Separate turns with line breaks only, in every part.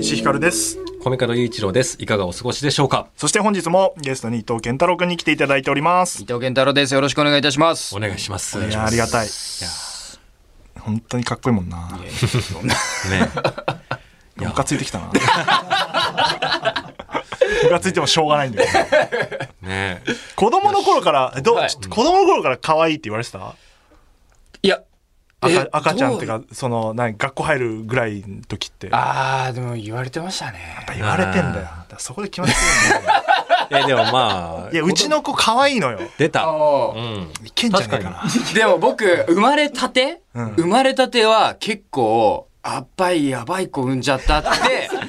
石ひかるです
米門雄一郎です。いかがお過ごしでしょうか
そして本日もゲストに伊藤健太郎くんに来ていただいております
伊藤健太郎です。よろしくお願いいたします
お。願いします。
いやありがたい
や
本当にかっこいいもんな
ね、
ムカついてきたなムカついてもしょうがないんだよね
ね
子供の頃からどう、
はい
ちょっと子供の頃から可愛いって言われてた
いや、
赤
え
赤ちゃんっていう。
ど
かその何学校入るぐらいの時ってやっ
ああ、でも言われてましたね。
ぱ言われてんだよだからそこで気持ち 悪いんだよね
え、でもまあ、
いやうちの子可愛いのよ
出た。
あ
う
ー
ん。
いけんじゃないかな
でも僕、生まれたて、
うん
生まれたては結構、あっばいやばい子産んじゃったって、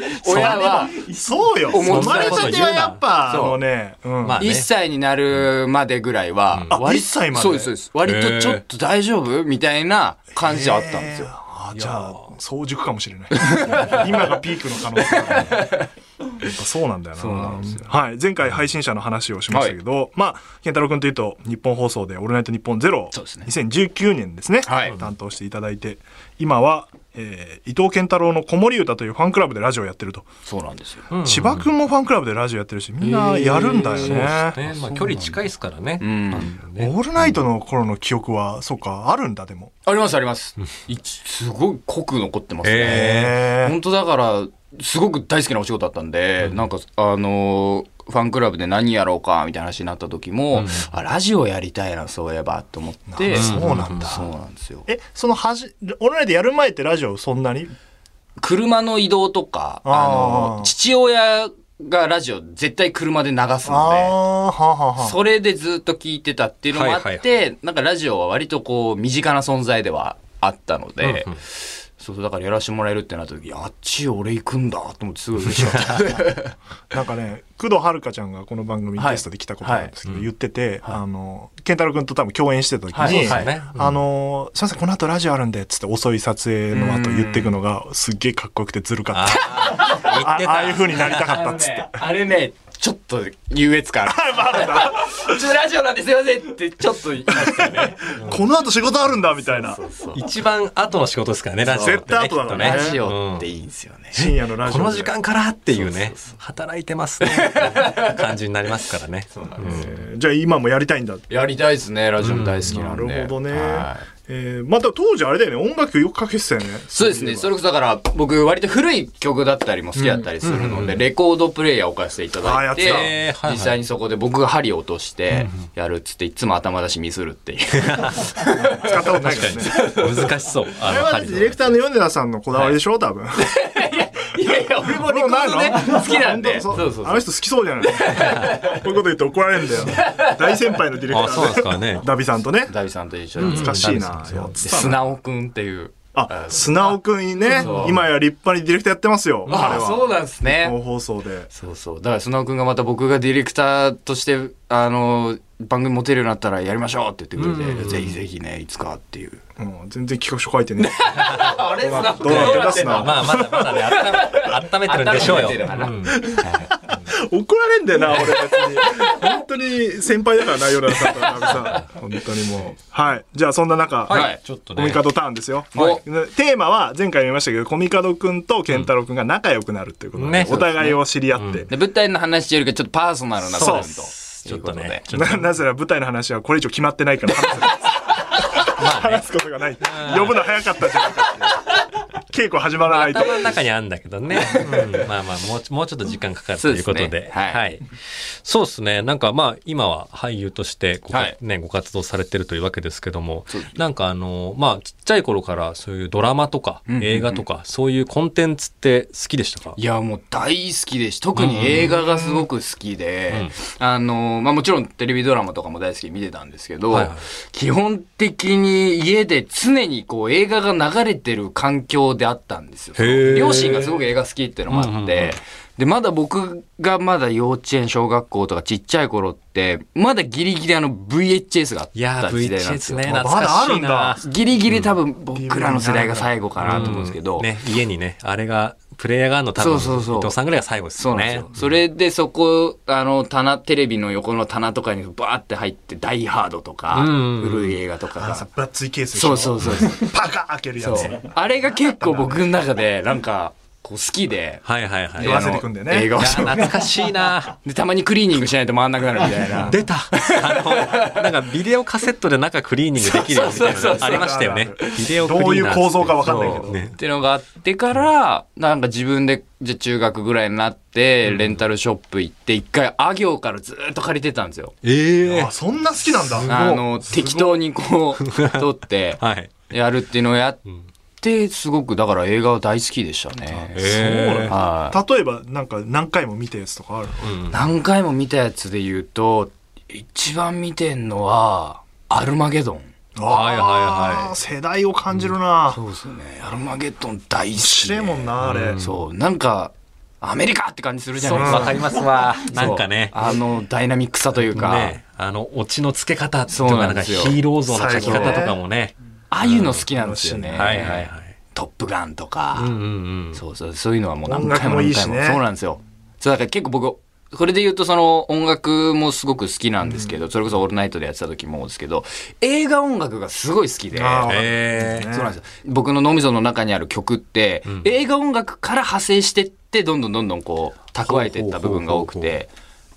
親は
そうよ
思ってた
生まれたてはやっぱあ
そう
のね、うん
まあね
1歳になるまでぐらいは、
うんあ一歳まで
そうです、そうです。割とちょっと大丈夫みたいな感じはあったんですよ。
あじゃあ早熟かもしれない 今がピークの可能性があるやっぱそうなんだよなはい、前回配信者の話をしましたけど、まあ健太郎君というと日本放送で「オールナイトニッポンゼロ
そうですね
2019年ですね、
はい
担当していただいて今は、えー伊藤健太郎の「子守唄」というファンクラブでラジオやってると、
そうなんですよ。
千葉君もファンクラブでラジオやってるしみんなやるんだよね,、
ね、まあ距離近いですからね。
うん。
オールナイトの頃の記憶はそうかあるんだでも
あります、あります。いすごい濃く残ってますね。
へ
本当だからすごく大好きなお仕事だったんで、なんかあのーファンクラブで何やろうかみたいな話になった時も、あラジオやりたいなそういえばと思って
あそうなんだ
そうなんですよ
えそのはじオールナイトやる前ってラジオそんなに
車の移動とか
あー
あの父親がラジオ絶対車で流すの
ああーはあはあは
で
あ
それでずっと聞いてたっていうのもあって、
はいは
なんかラジオは割とこう身近な存在ではあったので、
うんうん
そうそうだからやらせてもらえるってなった時あっち俺行くんだと思ってすごい嬉しかった
なんかね工藤遥ちゃんがこの番組に
はい
ゲストで来たことあるんですけど、言ってて、あの健太郎君と多分共演してた時に、
はいそうです
ね
あのすいませんこの後ラジオあるんでっつって遅い撮影の後言ってくのがすっげえかっこよくてずるかったあああいう風になりたかったっつって
ねあれね、ちょっと優越感 ある。ちょっとラジオなんですいませんって、ちょっと言いましたよね。
この後仕事あるんだみたいな
一番後の仕事ですからね、ラジオって、ね。
絶対後だろうね
きっと
ラジオっていいんですよね。
深夜のラジ
こ
オで
の時間からっていうね、働いてますね。感じになりますからね。
えーじゃあ今もやりたいんだ
やりたいですね、ラジオも大好きな
なん
で。
るほどね、
はい
えーまた当時あれだよね音楽よくかけてたよね
そうですね。それこそだから、僕、割と古い曲だったりも好きだったりするので、レコードプレイヤーを置かせていた
あーや
だ
っ
い
て
て
た
えーはいはい
実際にそこで僕が針を落として、やるっつって、いつも頭出しミスるっていう。
使ったことないからね
難しそう。あ
あれはだってディレクターの米田さんのこだわりでしょ、多分。
いやいや、 俺もレコードね、好きなんで。そうそうそう
あの人好きそう じゃないこういうこと言って怒られるんだよ。大先輩のディレクター
あそうなんですかね
ダビさんとね。
ダビさんと一緒に
懐かしいな。
うん
やってた
素
な
直くんっていう。
あ、素直くんにね
そ、う
今や立派にディレクターやってますよ。彼は。
そうなんです
日本
ね。
放送で。
そうそう。だから、素直くんがまた僕がディレクターとして、あの、番組持てるようになったらやりましょうって言ってくれて、ぜひぜひね、いつかっていう。
うん、全然企画書書いてね。
あれ素直
どうなって出すな。
まあまだまだね、あっため温めてるんでしょうよ。
温めてるかな
うん
怒られんだよな、俺別に。本当に先輩だからな、米田さんとダビさん。本当にもう。はい。じゃあそんな中。
はい
ちょっと
コ
ね。
ミカドターンですよ。
はい
でテーマは前回も言いましたけど、コミカドくんとケンタロウくんが仲良くなるということで、
ね
お互いを知り合って。
で、舞台の話よりかちょっとパーソナルな部
そう
分
で
と。
ちょっとね。ちょっ
ななぜなら舞台の話はこれ以上決まってないから話す話すことがない。呼ぶの早かったじゃないかっていう。稽古始まらない
と
と。
頭の中にあるんだけど ね。うんまあまあ、もうちもうちょっと時間かかるということ
そうで
です
ね。はい
はい。そうですね。なんかまあ、今は俳優としてご,、
はい
ね、ご活動されてるというわけですけども
そうで、
なんかあの、まあ、ちっちゃい頃からそういうドラマとか
んうん
映画とか、そういうコンテンツって好きでしたか
いや、もう大好きです。特に映画がすごく好きで、あの、まあもちろんテレビドラマとかも大好きで見てたんですけど、
はいはい
基本的に家で常にこう映画が流れてる環境であったんですよ。
へー
両親がすごく映画好きっていうのもあって、
うんうんうん
で、まだ僕がまだ幼稚園、小学校とかちっちゃい頃って、まだギリギリあの VHS があっ
いや
た
ー、
時代なんです
VHS
よ。
ね、
まだ
懐かしいな。
あるんだ
ギリギリ多分僕らの世代が最後かなと思うんですけど、
ね、家にね、あれがプレイヤー側の多分、
そうそうそう
伊藤さんぐらいが最後です
そう
よ
なんです
ね
よ。。それでそこ、あの、棚、テレビの横の棚とかにバーって入って、ダイハードとか、
うん
古い映画とか
あのさ分
が。
厚いケースでし
そ
ょ
うそうそうそう。
パカー開けるやつ
そう あれが結構僕の中で、なんか、こう好きで、
はいはいはい。
で
いや
忘れてくんだよね
映画をそう
懐かしいな
で、たまにクリーニングしないと回んなくなるみたいな。
出たあの、なんかビデオカセットで中クリーニングできるよみたい
そうそうそう
な
そう
のありましたよね。ビデオクリーナー
どういう構造か分かんないけ
そう
ど、
っていうのがあってから、なんか自分で、じゃあ中学ぐらいになって、レンタルショップ行って、一回、あ行からずーっと借りてたんですよ。
ええ
あそんな好きなんだ
あの、
すごい
適当にこう、撮 って、
はい。
やるっていうのをやって、すごく、だから映画は大好きでしたね。
そうなん
ええ
だ
は
例えばなんか何回も見たやつとかある
何回も見たやつで言うと、一番見てんのは、アルマゲドン。
の
はいはいはい
あー世代を感じるな
そうですね。アルマゲドン大好き
知
で。
れんもんなあれ
そう、なんか、アメリカって感じするじゃないですか。
わかりますわ。なんかね。
あの、ダイナミックさというか、
ね、あの、オチの付け方と
そう
か、
な
なんん
で
か
す
ヒ
よ
ーロー像の描き方とかもね。
ああいうの好きなんですよね。
うん
はいはいはい。
トップガンと
うん
か、
うんうん。
そうそう、そういうのはもう何回
音楽
も
もい
何
い
回
し
も。
ね
そうなんですよ。そう、だから結構僕、これで言うとその音楽もすごく好きなんですけど、それこそオールナイトでやってた時もですけど、映画音楽がすごい好きで、
あー
ええ
ね
そうなんですよ。僕の脳みその中にある曲って、映画音楽から派生してって、どんどんどんどんこう、蓄えてった部分が多く
ほうほうほ
て、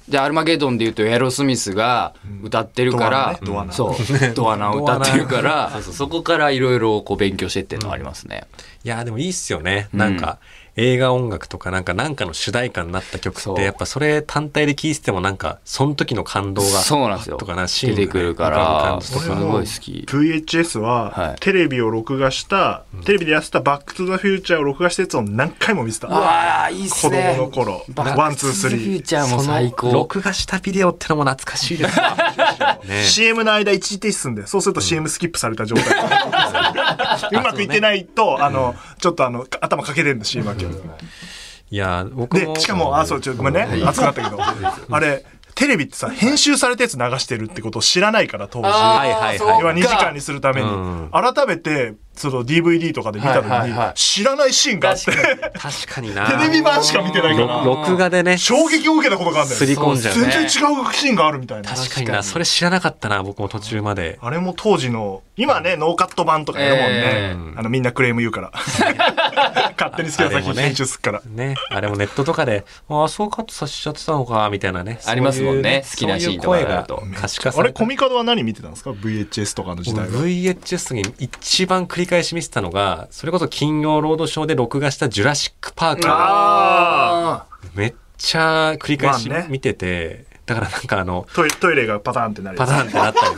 で、アルマゲドンで言うと、エアロスミスが歌ってるから、
ドアナねド
そう、ドアナを歌ってるから、そうそうそこからいろいろこう勉強してっていうのはありますね。
いや、でもいいっすよね。なんか、映画音楽とか、なんか、なんかの主題歌になった曲
そ
っ
う
て、やっぱそれ単体で聴いてても、なんか、その時の感動が、
そうなんですよ
とかな、シーンがね
出てくるか
浮ぶ
ら、
感じ
す
と
ご
か
俺
い
も
好き。
VHS
はい
はテレビを録画した、テレビでやってた「バック・トゥ・ザ・フューチャー」を録画したやつを何回も見てた
ああ、いいっ
子
す
供
ね。
の頃
バック
ワンツース
トゥザフュ
リ
ーチャーも最
その
高。
録画したビデオってのも懐かしいです わね
ー CM の間一時停止すんでそうすると CM スキップされた状態 うまくいってないとあのちょっとあの頭かけれるんだ CM 明け
いや、僕も。
でしかもあそうちょごめんね熱くなったけどあれテレビってさ編集されたやつ流してるってことを知らないから当時
あ
はいはいはい
ーそうか
要は2時間にするために、
うん
改めてその DVD とかで見た時に、
はいはいはい
知らないシーンがあって
確かに
テ
な。
レビ版しか見てないから
ろ録画でね、
衝撃を受けたことがあるんだ
す
よ、
り込んじゃう
全
ね。
然違うシーンがあるみたいな
確かにな、それ知らなかったな、僕も途中まで。
あれも当時の今ねノーカット版とかやるもんね、あのみんなクレーム言う から勝手に好きな作品編集すっから、
ね、あれもネットとかで、ああ、そうカットさせちゃってたのか、みたいなね。
ありますもんね
そういう
好きなシーンとか
そういう
が
声
あると
が可視化
あ
さ
れ
れた
コ。ミカドは何見てたんですか VHS とかの時代は
VHS に一番繰り返し見せたのが、それこそ金曜ロードショーで録画したジュラシックパークを
ああ
めっちゃ繰り返し
まあね
見てて、だからなんかあの、
トイレトイレがパターンってなるや
パ
つ
ターンってなった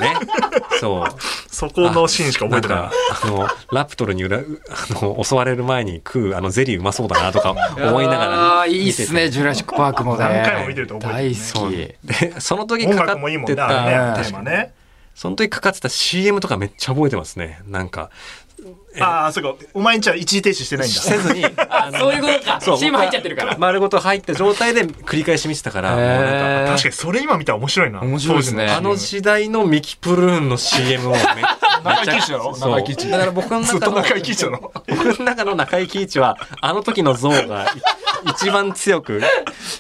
り ね。そう。
そこのシーンしか覚えてない
んかあの、ラプトルにうらうあの襲われる前に食う、あの、ゼリーうまそうだなとか思いなが
あ
ら
あ、
見てて。
いいっすね、ジュラシックパークもね。
何回も見てると覚えてるね
大好き。
で、その時
音
かか
楽もいい
っ
もん
て
ねあ
た、
れねテーマね
その時かかってた CM とかめっちゃ覚えてますね。なんか、
ああそうかお前んちは一時停止してないんだ
せ ずに、あの
そういうことか。
そう
CM 入っちゃってるから。
丸ごと入った状態で繰り返し見てたから、もうなんか
確かにそれ今見たら面白いな。
面白いですね
あの時代のミキプルーンの CM をめっちゃ。
中井貴一だろ
そう
中井貴一
だから僕の
ずっ
中
と
の、
中井貴一だろ
僕の中の中井貴一は、あの時の像がい一番強く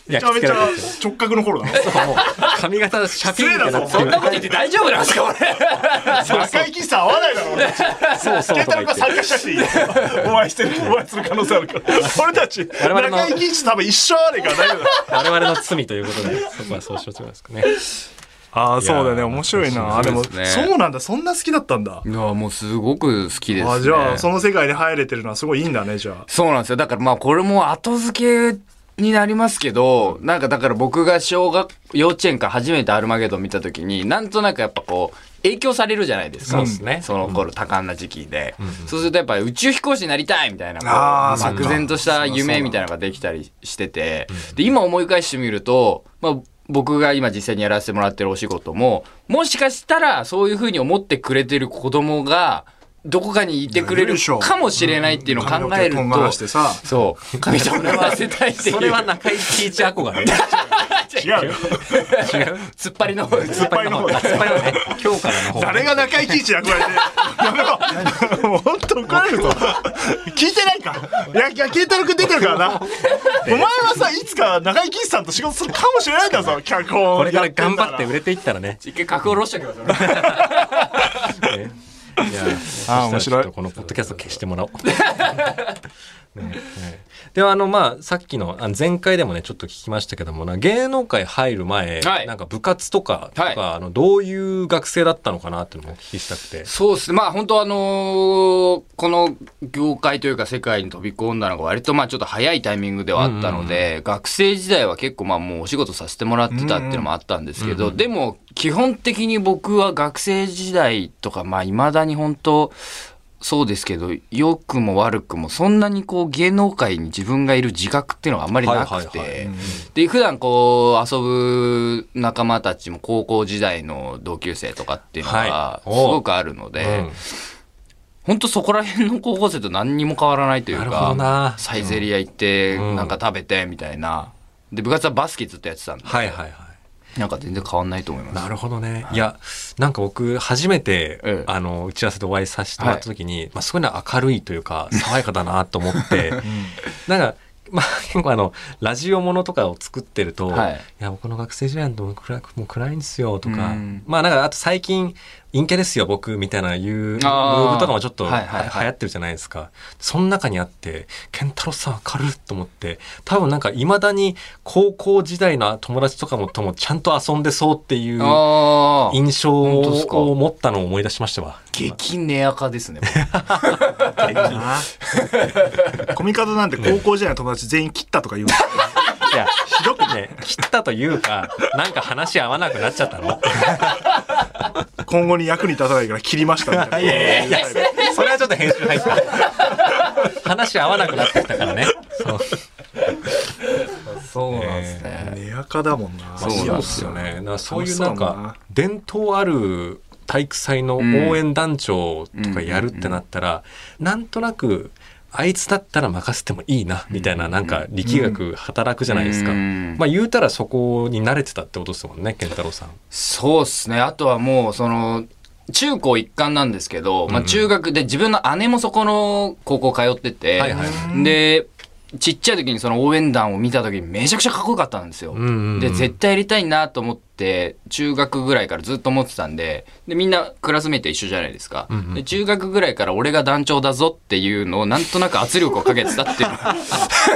め
焼
ちゃ
き付
め
け
ちゃ
られてる。
直角の頃だろ
そうもう髪型シャピンってなって
失礼だ
る
ぞ
こと言って大丈夫なんですか、俺。
中井貴一さん合わないだろ俺たち。
そうそう
ケ
と
ンタロウが
か言って
参加したくていいよ。お会いしてる、お会いする可能性ある から。俺たち、
我々の
中井貴一多分一生あれ から大丈夫だ。
我々の罪ということでそこはそうしようと思いますかね
ああ、そうだ
い
ね。
やー
面白いな。あ、
面
で
白
も、
いですね
そうなんだ。そんな好きだったんだ。
いや、もうすごく好きです、ね。
あじゃあ、その世界に入れてるのはすごいいいんだね、じゃ
そうなんですよ。だからまあこれも後付けになりますけど、なんかだから僕が小学、幼稚園から初めてアルマゲドン見た時に、なんとなくやっぱこう、影響されるじゃないです
そ
か。
うですね
その頃多感な時期で。そうするとやっぱり宇宙飛行士になりたいみたいな、こう
あーそっか
漠然とした夢みたいなのができたりしてて、で、今思い返してみると、まあ僕が今実際にやらせてもらってるお仕事も、もしかしたらそういうふうに思ってくれてる子供が、どこかにいてくれるかもしれないっていうのを
あ。
考え
髪の毛
る
とんがらし
と
て、さ。
そう。髪と合わせたいっていう。
それは中井貴一憧れ
違うよ。
突っ張りの方です
突っ張りの方だ。
やっぱりね、今日 からの方 が
誰が中井貴一役割で。やめろ。もう本当怒られるぞ。聞いてないか。いや、いや、慶太郎くん出てるからな。お前はさ、いつか中井貴一さんと仕事するかもしれないんだぞ、脚本。
これから頑張って売れていったらね。
一回角下ろしときますよ。
ねいや、
あー
そしたらち
面白
ょっと
い
このポッドキャスト消してもらおう。 ねねではあのまあさっきのあの前回でもねちょっと聞きましたけどもな芸能界入る前、
はい
なんか部活とかとか、
はい
あのどういう学生だったのかなっていうのもお聞きしたくて。
そうですね。まあ本当あのーこの業界というか世界に飛び込んだのが割とまあちょっと早いタイミングではあったので、学生時代は結構まあもうお仕事させてもらってたっていうのもあったんですけど、でも基本的に僕は学生時代とかまあ未だに本当そうですけど、良くも悪くも、そんなにこう芸能界に自分がいる自覚っていうのがあんまりなくて、
はいはいはい
で、普段こう遊ぶ仲間たちも高校時代の同級生とかっていうの
はい
がす
お
ごくあるので、
うん
本当そこら辺の高校生と何にも変わらないという
なるほどな
か、サイゼリア行って、
うん
なんか食べて、みたいな。で、部活はバスケずっとやってたんで、
はいはいはい。
なんか全然変わんないと思います。
なるほどね。いや、なんか僕、初めて、
ええ
あの、打ち合わせでお会いさせてもらった時に、まあ、すごいな明るいという か、爽やかだなと思って、なんか、まあ、結構あの、ラジオものとかを作ってると、
はい
い、や、僕の学生時代のも暗くもう暗いんですよ、とか
うん、
まあ、なんか、あと最近、陰キャですよ、僕、みたいないう、ム
あー
ーブとかもちょっと、
はいはいはい
流行ってるじゃないですか。その中にあって、健太郎さん明るいと思って、多分なんか、未だに高校時代の友達とかも、ともちゃんと遊んでそうっていう、
ああ。
印象
本当ですか
を持ったのを思い出しましたわ。
激ネア化ですね。
コミカドなんて高校時代の友達全員切ったとか言うんだよ
いや、ひどくね、切ったというか、なんか話合わなくなっちゃったの。
今後に役に立たないから切りましたみたいな。
いや、それはちょっと編集入った。話合わなくなってきたからね。そう。
そうなんですね。
寝やかだもんな。
そうなんです
よね。なそういう
楽しそう
な
だ
ん
もんな
か、伝統ある体育祭の応援団長とかやるってなったら、なんとなく、あいつだったら任せてもいいな、みたいな、なんか力学働くじゃないですか。
うん
まあ言うたらそこに慣れてたってことですもんね、健太郎さん。
そうですね。あとはもう、その、中高一貫なんですけど、まあ中学で自分の姉もそこの高校通ってて、
はいはいは
で、ちっちゃい時にその応援団を見た時にめちゃくちゃかっこよかったんですよ。
んうんうん
で、絶対やりたいなと思って、中学ぐらいからずっと思ってたんで、で、みんなクラスメイト一緒じゃないですか。で、中学ぐらいから俺が団長だぞっていうのをなんとなく圧力をかけてたっていう。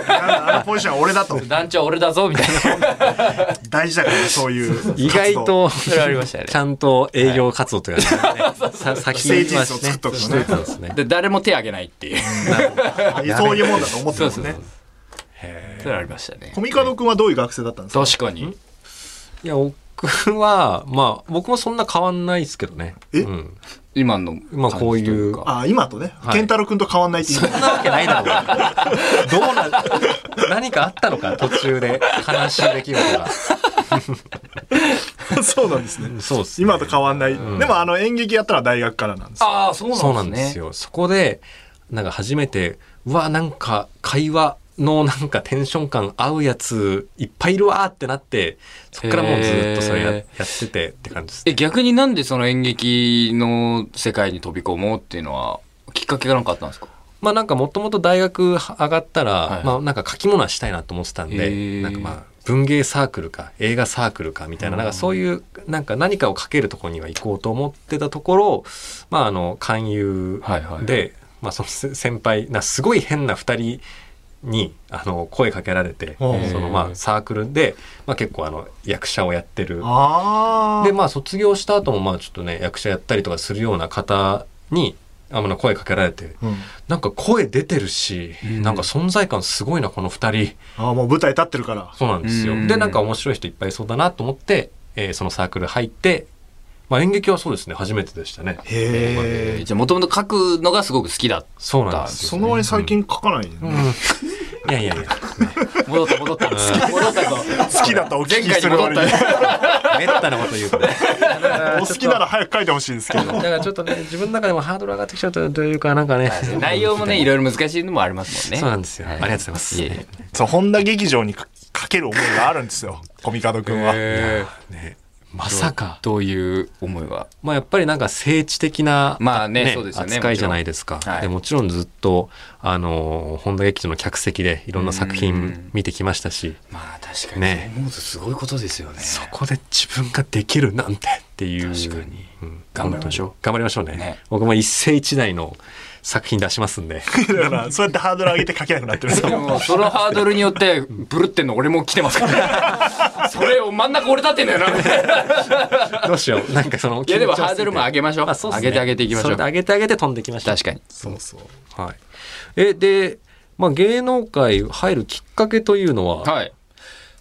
あのポジションは俺だと。
団長俺だぞみたいな。
大事だからね、そういう。
意外
活動。
と、
それはありましたね
ちゃんと営業活動というかね、さ先
成
に
人数を作っとく
し
の
とい
ね
たんですね。
で、誰も手挙げないっていう。
そういうもんだと思ってますね。
それはありましたね
コ。ミカド君はどういう学生だったんですか
確かに。
いや、僕は、まあ、僕もそんな変わんないですけどね。
え
うん。
今の
まあこういう
感じとか
あ、今とね、
い
健太郎君と変わんないって言い
そんなわけないだろう。どうな、何かあったのか、途中で。悲しい出来事が。
たそうなんですね。
そうっすね
今と変わんない。でも、あの、演劇やったら大学からなんですよ。
ああ、そうなんですね。
そうなんですよ。そこで、なんか初めて、うわ、なんか会話のなんかテンション感合うやついっぱいいるわーってなって、そっからもうずっとそれやや
へ
っててって感じです。
え、逆になんでその演劇の世界に飛び込もうっていうのは、きっかけがなんかあったんですか
まあなんかもともと大学上がったら、
い
まあなんか書き物はしたいなと思ってたん
へ
で、
ー
なんかまあ文芸サークルか映画サークルかみたいな、なんかそういうなんか何かを書けるところには行こうと思ってたところ、まああの勧誘
はいはい
で、まあそのせ先輩、なすごい変な二人にあの声かけられて、そ
うん
のまあサークルで、まあ結構あの役者をやってる
あ
でまあ卒業した後もまあちょっとね役者やったりとかするような方にあの声かけられて、
うん
なんか声出てるし、
ん
なんか存在感すごいなこの2人
あー、もう舞台立ってるから。
そうなんですよ、
うん
でなんか面白い人いっぱいいそうだなと思って、えーそのサークル入って、まあ、演劇はそうですね初めてでしたね
へ
えー
え。
じゃあもともと書くのがすごく好きだ。
そうなんですよ
その割に最近書かないね
うんいやいやいや、ね
戻った戻った。戻ったぞ。
好きだったらお聞
前
き
回
す
に
る
戻っ
割に
た。
めったなこと言うとね。
お好きなら早く書いてほしいですけど
だからちょっとね、自分の中でもハードル上がってきちゃうとというか、なんかね。
内容 もね、いろいろ難しいのもありますもんね。
そうなんですよ。ありがとうございます。
いえいえ
そう本田劇場にかかける思いがあるんですよコミカド君は、
ねまさか。
どういう思いは。
まあやっぱりなんか政治的な、
まあねそうですよね
扱いじゃないですか。
もちろんはい
でもちろんずっとあの本田劇場の客席でいろんな作
うん
品見てきましたし、
まあ確か
に
ね
ね。
思うとすごいことですよね。
そこで自分ができるなんてっていう。
確かに
うん
頑張りましょう。
頑張りましょうね。
ね
僕も一世一代の作品出しますん で。
だからそうやってハードル上げて書けなくなってるんです
で
よ
もそのハードルによってブルってんの俺も来てます から。それを真ん中俺立ってんだよな。
どうしよう。なんかその。
いやでもハードルも上げましょう。
まあそうっすね
上げて上げていきまし
そ
ょ
れ
う。
で
確
上げて上げて飛んでいきましょう。
かに。
そうそう
はい。え、で、まあ、芸能界入るきっかけというのは、
はい。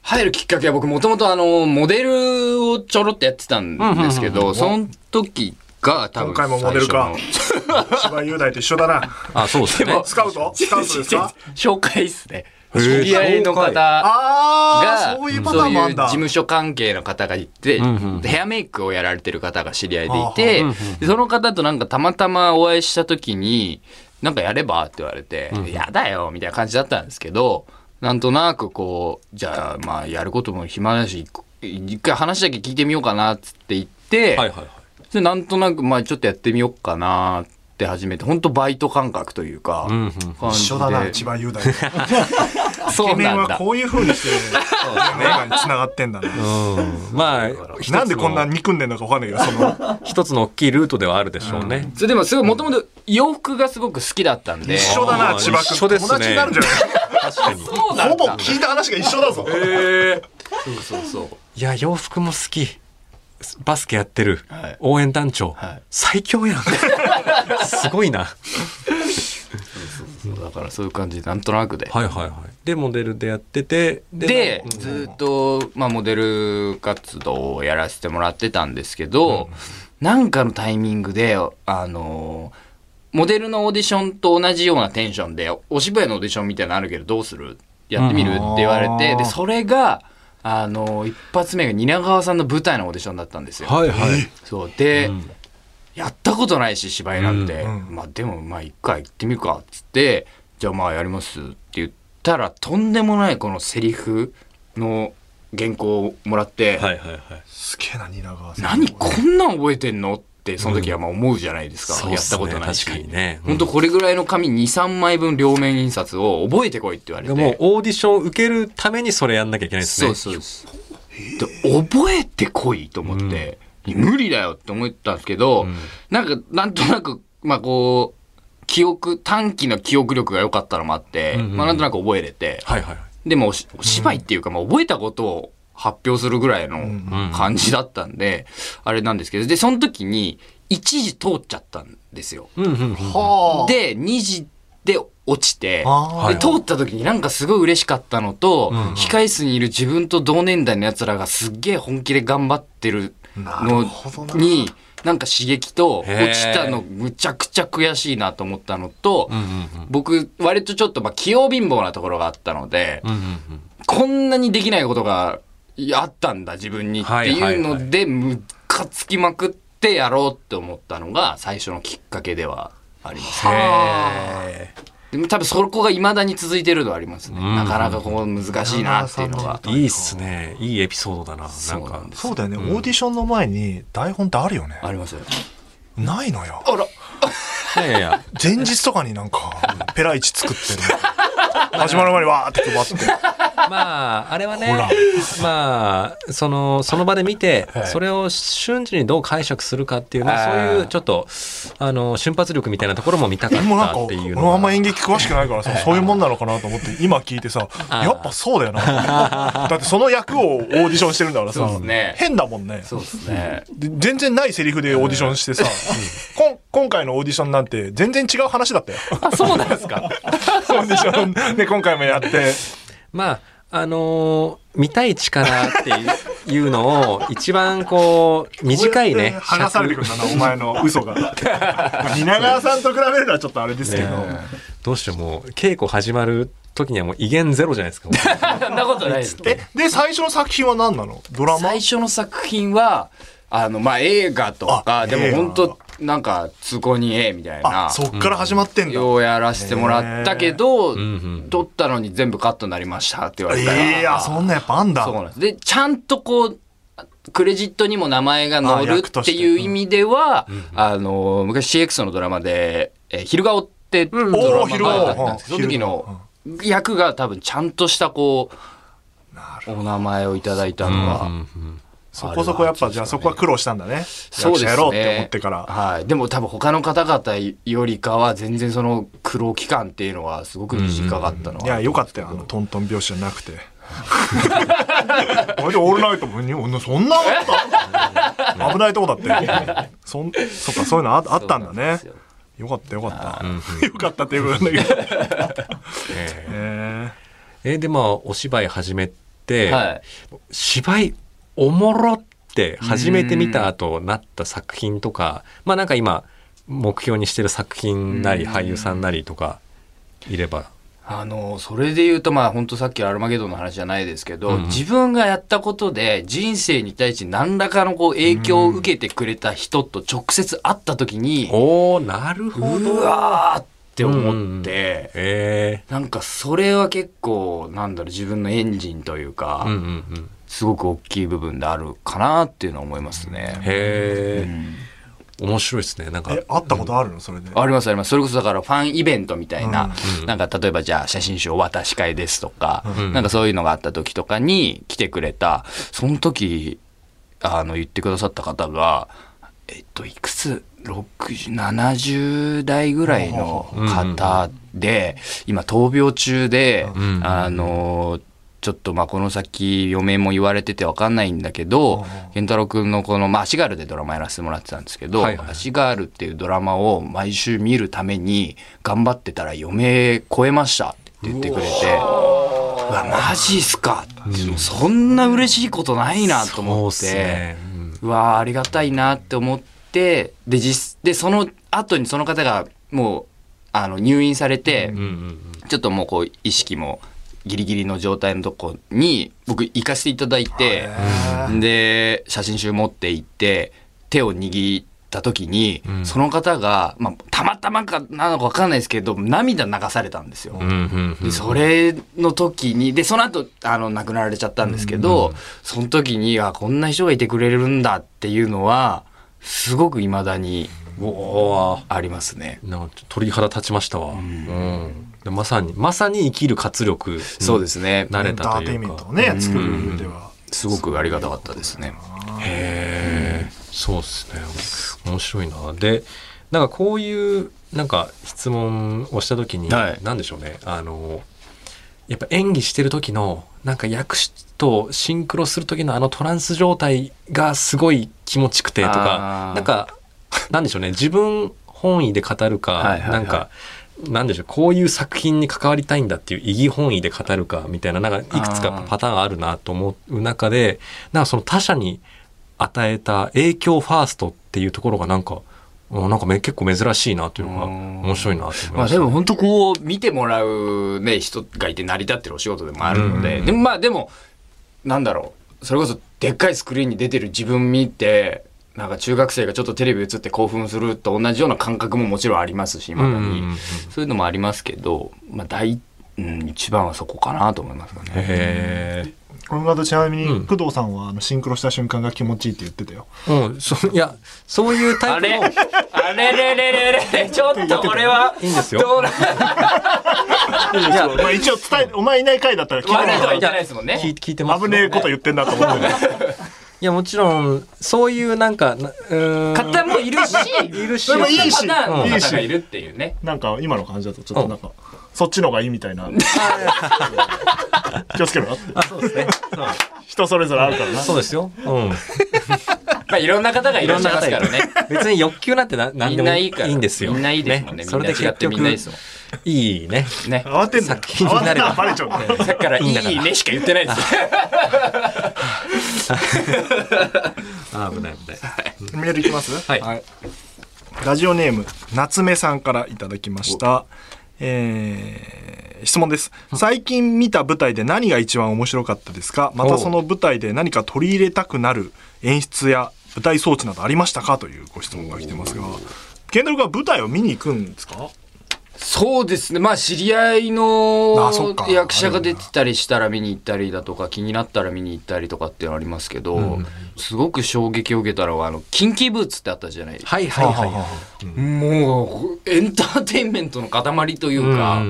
入るきっかけは僕もともとあの、モデルをちょろっとやってたんですけど、その時が多分
今回もモデルか
最初の
千葉雄大と一緒だな
あ、そうですね。
でも
スカウトスカウトですか
紹介っすね。
へー
知り合いの方
紹介
が、
ああそういうパターンもあ
そうんいう事
だ
務所関係の方がいて、
んうん
ヘアメイクをやられてる方が知り合いでい
あ
て、
ー
でその方となんかたまたまお会いした時に、なんかやればって言われて、やだよみたいな感じだったんですけど、なんとなくこう、じゃあまあやることも暇だし、一回話だけ聞いてみようかなっつって言って、
はいはいはい。
でなんとなくまあちょっとやってみようかなって始めて、本当バイト感覚というか、
うんうん。
感
一
じで
緒だな千葉雄大とイ
そ
ケ
う
メン
なん
は
だ。
こういう風にして映画に繋がってんだな
うん、まあ、一つの
なんでこんな憎んでんのかわかんないけどその
一つの大きいルートではあるでしょうね。
それでもすごいもともと洋服がすごく好きだったんで
一緒だ
あ
な
ー
千葉
一緒
君
ですね
友達になるんじゃ
確かに。
ないほぼ聞いた話が一緒だぞ
そうそうそう
いや、洋服も好き。バスケやってる。
はい
応援団長、
はい
最強やん。 すごいな。
そうだからそういう感じでなんとなくで、
はいはいはい。で、モデルでやってて、
で
なんか
ずーっと、まあ、モデル活動をやらせてもらってたんですけど、なんかのタイミングであのーモデルのオーディションと同じようなテンションでお渋谷のオーディションみたいなのあるけどどうするやってみる、
うん
って言われて
あー
でそれがあのー一発目が蜷川さんの舞台のオーディションだったんですよ。
はいはい。
そうで、やったことないし芝居なんて、
うんうん
まあでもまあ一回行ってみるかっつってじゃあまあやりますって言ったらとんでもないこのセリフの原稿をもらって、
はいはいはい。
すげえな蜷川さん
何こんなん覚えてんのってその時はまあ思うじゃないですか、
そうっ
やっ
す
た
ね
ことないし、
確かにねうん
ほんとこれぐらいの紙23枚分両面印刷を覚えてこいって言われ
で
て
もうオーディションを受けるためにそれやんなきゃいけないですね。
そうそうです。で覚えてこいと思って、無理だよって思ったんですけど、
ん
なんか、なんとなく、まあこう、記憶、短期の記憶力が良かったのもあって、
うんうん
まあなんとなく覚えれて、
はいはいはい。
でもおしお芝居っていうか、まあ覚えたことを発表するぐらいの
ん
感じだったんで、あれなんですけど、で、その時に、一時通っちゃったんですよ。
うんうんうん。
はあ
で、2時で落ちて、
あ
は
で
い
通った時になんかすごい嬉しかったのと、
ん
控え室にいる自分と同年代のやつらがすっげえ本気で頑張ってる
な
の
るほどな
になんか刺激と
へー
落ちたのむちゃくちゃ悔しいなと思ったのと、
うんうん
僕割とちょっとまあ器用貧乏なところがあったので、
うん。うんうん
こんなにできないことがあったんだ自分にって
はいはいはい
いうのでムカつきまくってやろうって思ったのが最初のきっかけではありますね。
へ
でも多分そこが未だに続いてるのはありますね。
うん
なかなかこう難しいなっていうのが。
え。いいっすね。いいエピソードだな。な
そ
ん
うな
か
ん。です
そうだよね、オーディションの前に台本ってあるよね
あります
ないのよ
あら、
いやいやいや。
前日とかになんかペライチ作ってるの始まる前にわーって配って
まあ、あれはね、 まあ、その、その場で見て、それを瞬時にどう解釈するかっていう、まあ、
あー
そういうちょっと、あの、瞬発力みたいなところも見たかっ
俺もなん
た
か
っていう
俺
の
も
が
あんま演劇詳しくないからさそういうもんなのかなと思って今聞いてさやっぱそうだよなだってその役をオーディションしてるんだから
そう
さ
ですね
変だもんね
そうですね。
で全然ないセリフでオーディションしてさ、こん今回のオーディションなんて全然違う話だったよ
あ、そうなんですか。
オーディションで今回もやって
まあ、あのー見たい力っていういうのを、一番こう、短い ね
こうやっ、て剥がされてくるんだなお前の嘘が蜷川さんと比べるのはちょっとあれですけど、
どうしてもう稽古始まる時にはもう威厳ゼロじゃないですか。
そんなことないです。
え、で、最初の作品は何なのドラマ
最初の作品は、あの、まあ、映画とか、
あ
で
映
も
画
本当なんか、通行にええみたい
あ、
な、
そっから始まってんだ。
ようやらせてもらったけど、
ん
撮ったのに全部カットになりましたって言われたら。
ええや、そんなやっぱあんだ。
そうなんです。で、ちゃんとこう、クレジットにも名前が載
あ
る
役と
っ
して
ていう意味では、あの、昔 CX のドラマで、えー昼顔ってドラマ
おー昼顔
があったんですけど、
うん
その時の役が多分ちゃんとしたこう、お名前をいただいたのは、
そこそこやっぱ、じゃあそこは苦労したんだね。
そうです
役者
ね。
やろうって思ってから。
はい。でも多分他の方々よりかは全然その苦労期間っていうのはすごく短かったのは。
いや、よかったよ、あの、トントン拍子じゃなくて。 あれでオールナイトも、にそんなあった危ないとこだって。そん、そっか、そういうのああったんだ
そうなんで
ね
す。よ
よかったよかった。よかったっていうことなんだけど。
え
え
ーえーでまあお芝居始めて、
はい。
芝居おもろって初めて見た後なった作品とかまあなんか今目標にしてる作品なり
うん
俳優さんなりとかいれば
あのそれで言うとまあ本当さっきのアルマゲドンの話じゃないですけど、
ん
自分がやったことで人生に対して何らかのこう影響を受けてくれた人と直接会った時に、
おーなるほ
う
ど
わーって思って、
え
なんかそれは結構なんだろう自分のエンジンというか、
ー、うんうんうん
すごく大きい部分であるかなっていうのは思いますね。
へえ、面白いですねなんか
ー、え、会ったことあるのそれで。
ありますあります。それこそだからファンイベントみたいな、なんか例えばじゃあ写真集お渡し会ですとか、なんかそういうのがあった時とかに来てくれた、その時、あの、言ってくださった方が、えっと、いくつ ?60、70代ぐらいの方で、今闘病中で、
ん
あの、ちょっとまあこの先余命も言われててわかんないんだけど健太郎君のこの、まあ、アシガールでドラマやらせてもらってたんですけど「
はいはい
アシガール」っていうドラマを毎週見るために頑張ってたら余命超えましたって言ってくれて「うわマジっすか」そんな嬉しいことないなと
そうっ
思って。
すね、うん
うわーありがたいなって思ってで実でその後にその方がもうあの入院されて、
うんうん
ちょっともうこう意識もギリギリの状態のとこに僕行かせていただいてで写真集持って行って手を握った時に、その方が、まあ、たまたまかなのか分かんないですけど涙流されたんですよ。
うんうんうん
でそれの時にでその後あの亡くなられちゃったんですけど、その時にあこんな人がいてくれるんだっていうのはすごく未だに
おー
ありますね。
なんか鳥肌立ちましたわ、うんでまさにまさに生きる活力
そうですね。
慣
エ
れ
ンタ
たと
ーテイ
い
ンメ
う
ン
か
トをね、作る上では。
すごくありがたかったですね。
へえ、そうですね。面白いな。で、なんかこういう、なんか質問をした時に、
はい
なんでしょうね。あの、やっぱ演技してる時の、なんか役とシンクロする時のあのトランス状態がすごい気持ちくてと
あ
か、
ー
なんか、なんでしょうね。自分本位で語るか、
はいはいはい
なんか、なんでしょうこういう作品に関わりたいんだっていう意義本位で語るかみたいななんかいくつかパターンあるなと思う中でなんかその他者に与えた影響ファーストっていうところがなんかうんなんかめ結構珍しいなというのが
うん
面白いなと思いました、
まあでも本当こう見てもらうね人がいて成り立ってるお仕事でもあるので、
うん
でもまあでもなんだろうそれこそでっかいスクリーンに出てる自分見てなんか中学生がちょっとテレビ映って興奮すると同じような感覚ももちろんありますし今だ
うんうんうんう
に
ん
そういうのもありますけど、まあ大うん、一番はそこかなと思いますよね。
へ
この方ちなみに
うん
工藤さんはあのシンクロした瞬間が気持ちいいって言ってたよ。
え、うん、そいやそういうタ
あ
イプ
れ
の
あれれれれれちょっとこれはい
いんですよ
どうな
まあ一応伝え、お前いない回だったら聞い
悪い
て
とは言
も
ってないですもんね。
聞い聞いてます
危ねえこと言ってんなと思ってね。
いやもちろんそういうなんかなうーん
方もいるし、いるし
でもいいし
パターン
い
の
いし
方がいるっていうね。
なんか今の感じだとちょっとなんか、そっちの方がいいみたいな。 気をつけろなって。
そうですねそう
人それぞれあるからな。
そうですようん
まあいろんな方がいらっしゃいますからね。
別に欲求なん てな何
み
で
ん
も
ないいいから。
いんですよ。
みんないいですもんね。み
そ
ん
れ
な
で
違
結
って
局
みんないいですもん。
いいね。
ね。
慌てんな。
先になれ
慌てんな
ば
バレちゃうね。
さっきからい
いいんだから
いねしか言ってないですよ。
あ危ない
メ
危ない。
ールいきます
はい
ラジオネーム夏目さんからいただきましたええー質問です。最近見た舞台で何が一番面白かったですかまたその舞台で何か取り入れたくなる演出や舞台装置などありましたかというご質問が来てますが。ケンドル君は舞台を見に行くんですか
そうですね。まあ、知り合い
あそっ
の
か
役者が出てたりしたら見に行ったりだとか、気になったら見に行ったりとかっていうのありますけど、すごく衝撃を受けたのは、あの、キンキーブーツってあったじゃない
はいはいはい
は
もう、エンターテインメントの塊というか、
うんうんう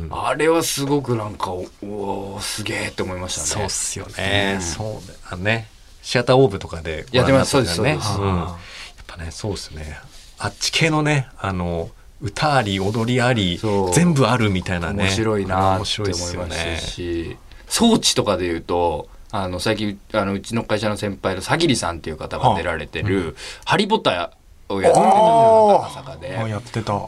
ん
あれはすごくなんか、おおーすげえって思いました
そう
ね
っ。すよね、そうだよねシアターオーブとかで
やってます
ご覧になった
そうですそうです
んやっぱねそうですねあっち系のねあの歌あり踊りあり
そう
全部あるみたいなね
面白いな
面
って
白
思
い
い
っ
ますし
よ
た
ね
し、装置とかで言うと、あの、最近、あの、うちの会社の先輩のさぎりさんっていう方が出られてる、ハリーポッターをやってる
あ
赤坂
あ、
で。
やってた。
あ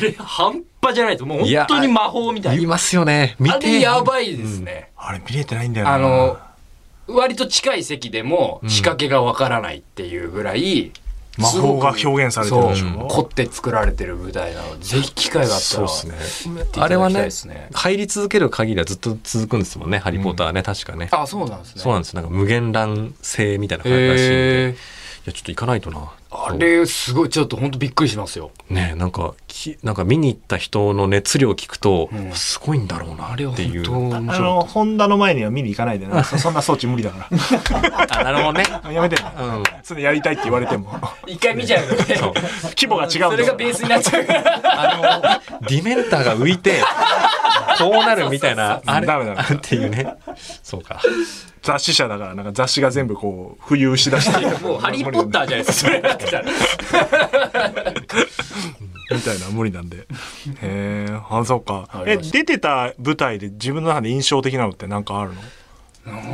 れ、半端じゃないです。もう
いや
本当に魔法みたい
言い
な。
ますよね見
あれ
て
やばいですね。
あれ見れてないんだよな。
あの、割と近い席でも仕掛けがわからないっていうぐらい、
魔
すご
法
く
が表現されてるでし
そ
ょ
う凝って作られてる舞台なので、ぜひ機会があった
そう
ら。
ですね
てい
あ
た
れ
だ
は
きたい
ね
ですね
入り続ける限りはずっと続くんですもんね「ハリー・ポッター」はね、確かね
あ、そうなんですね。
そうなんですなんか無限乱性みたいな感じらしいんで、
へ
いやちょっと行かないとな
ーあれ、すごい、ちょっと本当びっくりしますよ。
ねなんかきなんか見に行った人の熱量を聞くと、
うん
すごいんだろうな
あ
っ
れは
てい
本
う
当面
あ
白い。
の、ホンダの前には見に行かないでな。そそんな装置無理だか
あなるほどね、
ら。やめて。
うん、
それやりたいって言われても。
一回見ちゃう よね。
そう
規模が違うん
そ
だ
れが
よ
ベース になっちゃうから。
あのディメンターが浮いてこうなるみたいなあれ
ダメダメダメ
っていうねそうか
雑誌社だから、なんか雑誌が全部こう、浮遊しだして。
もう、ハリー・ポッターじゃないですか、それだったら。
みたいな無理なんで。へえ、あ、そうか。
あ
え、
りました
出てた舞台で自分の中で印象的なのってなんかあるの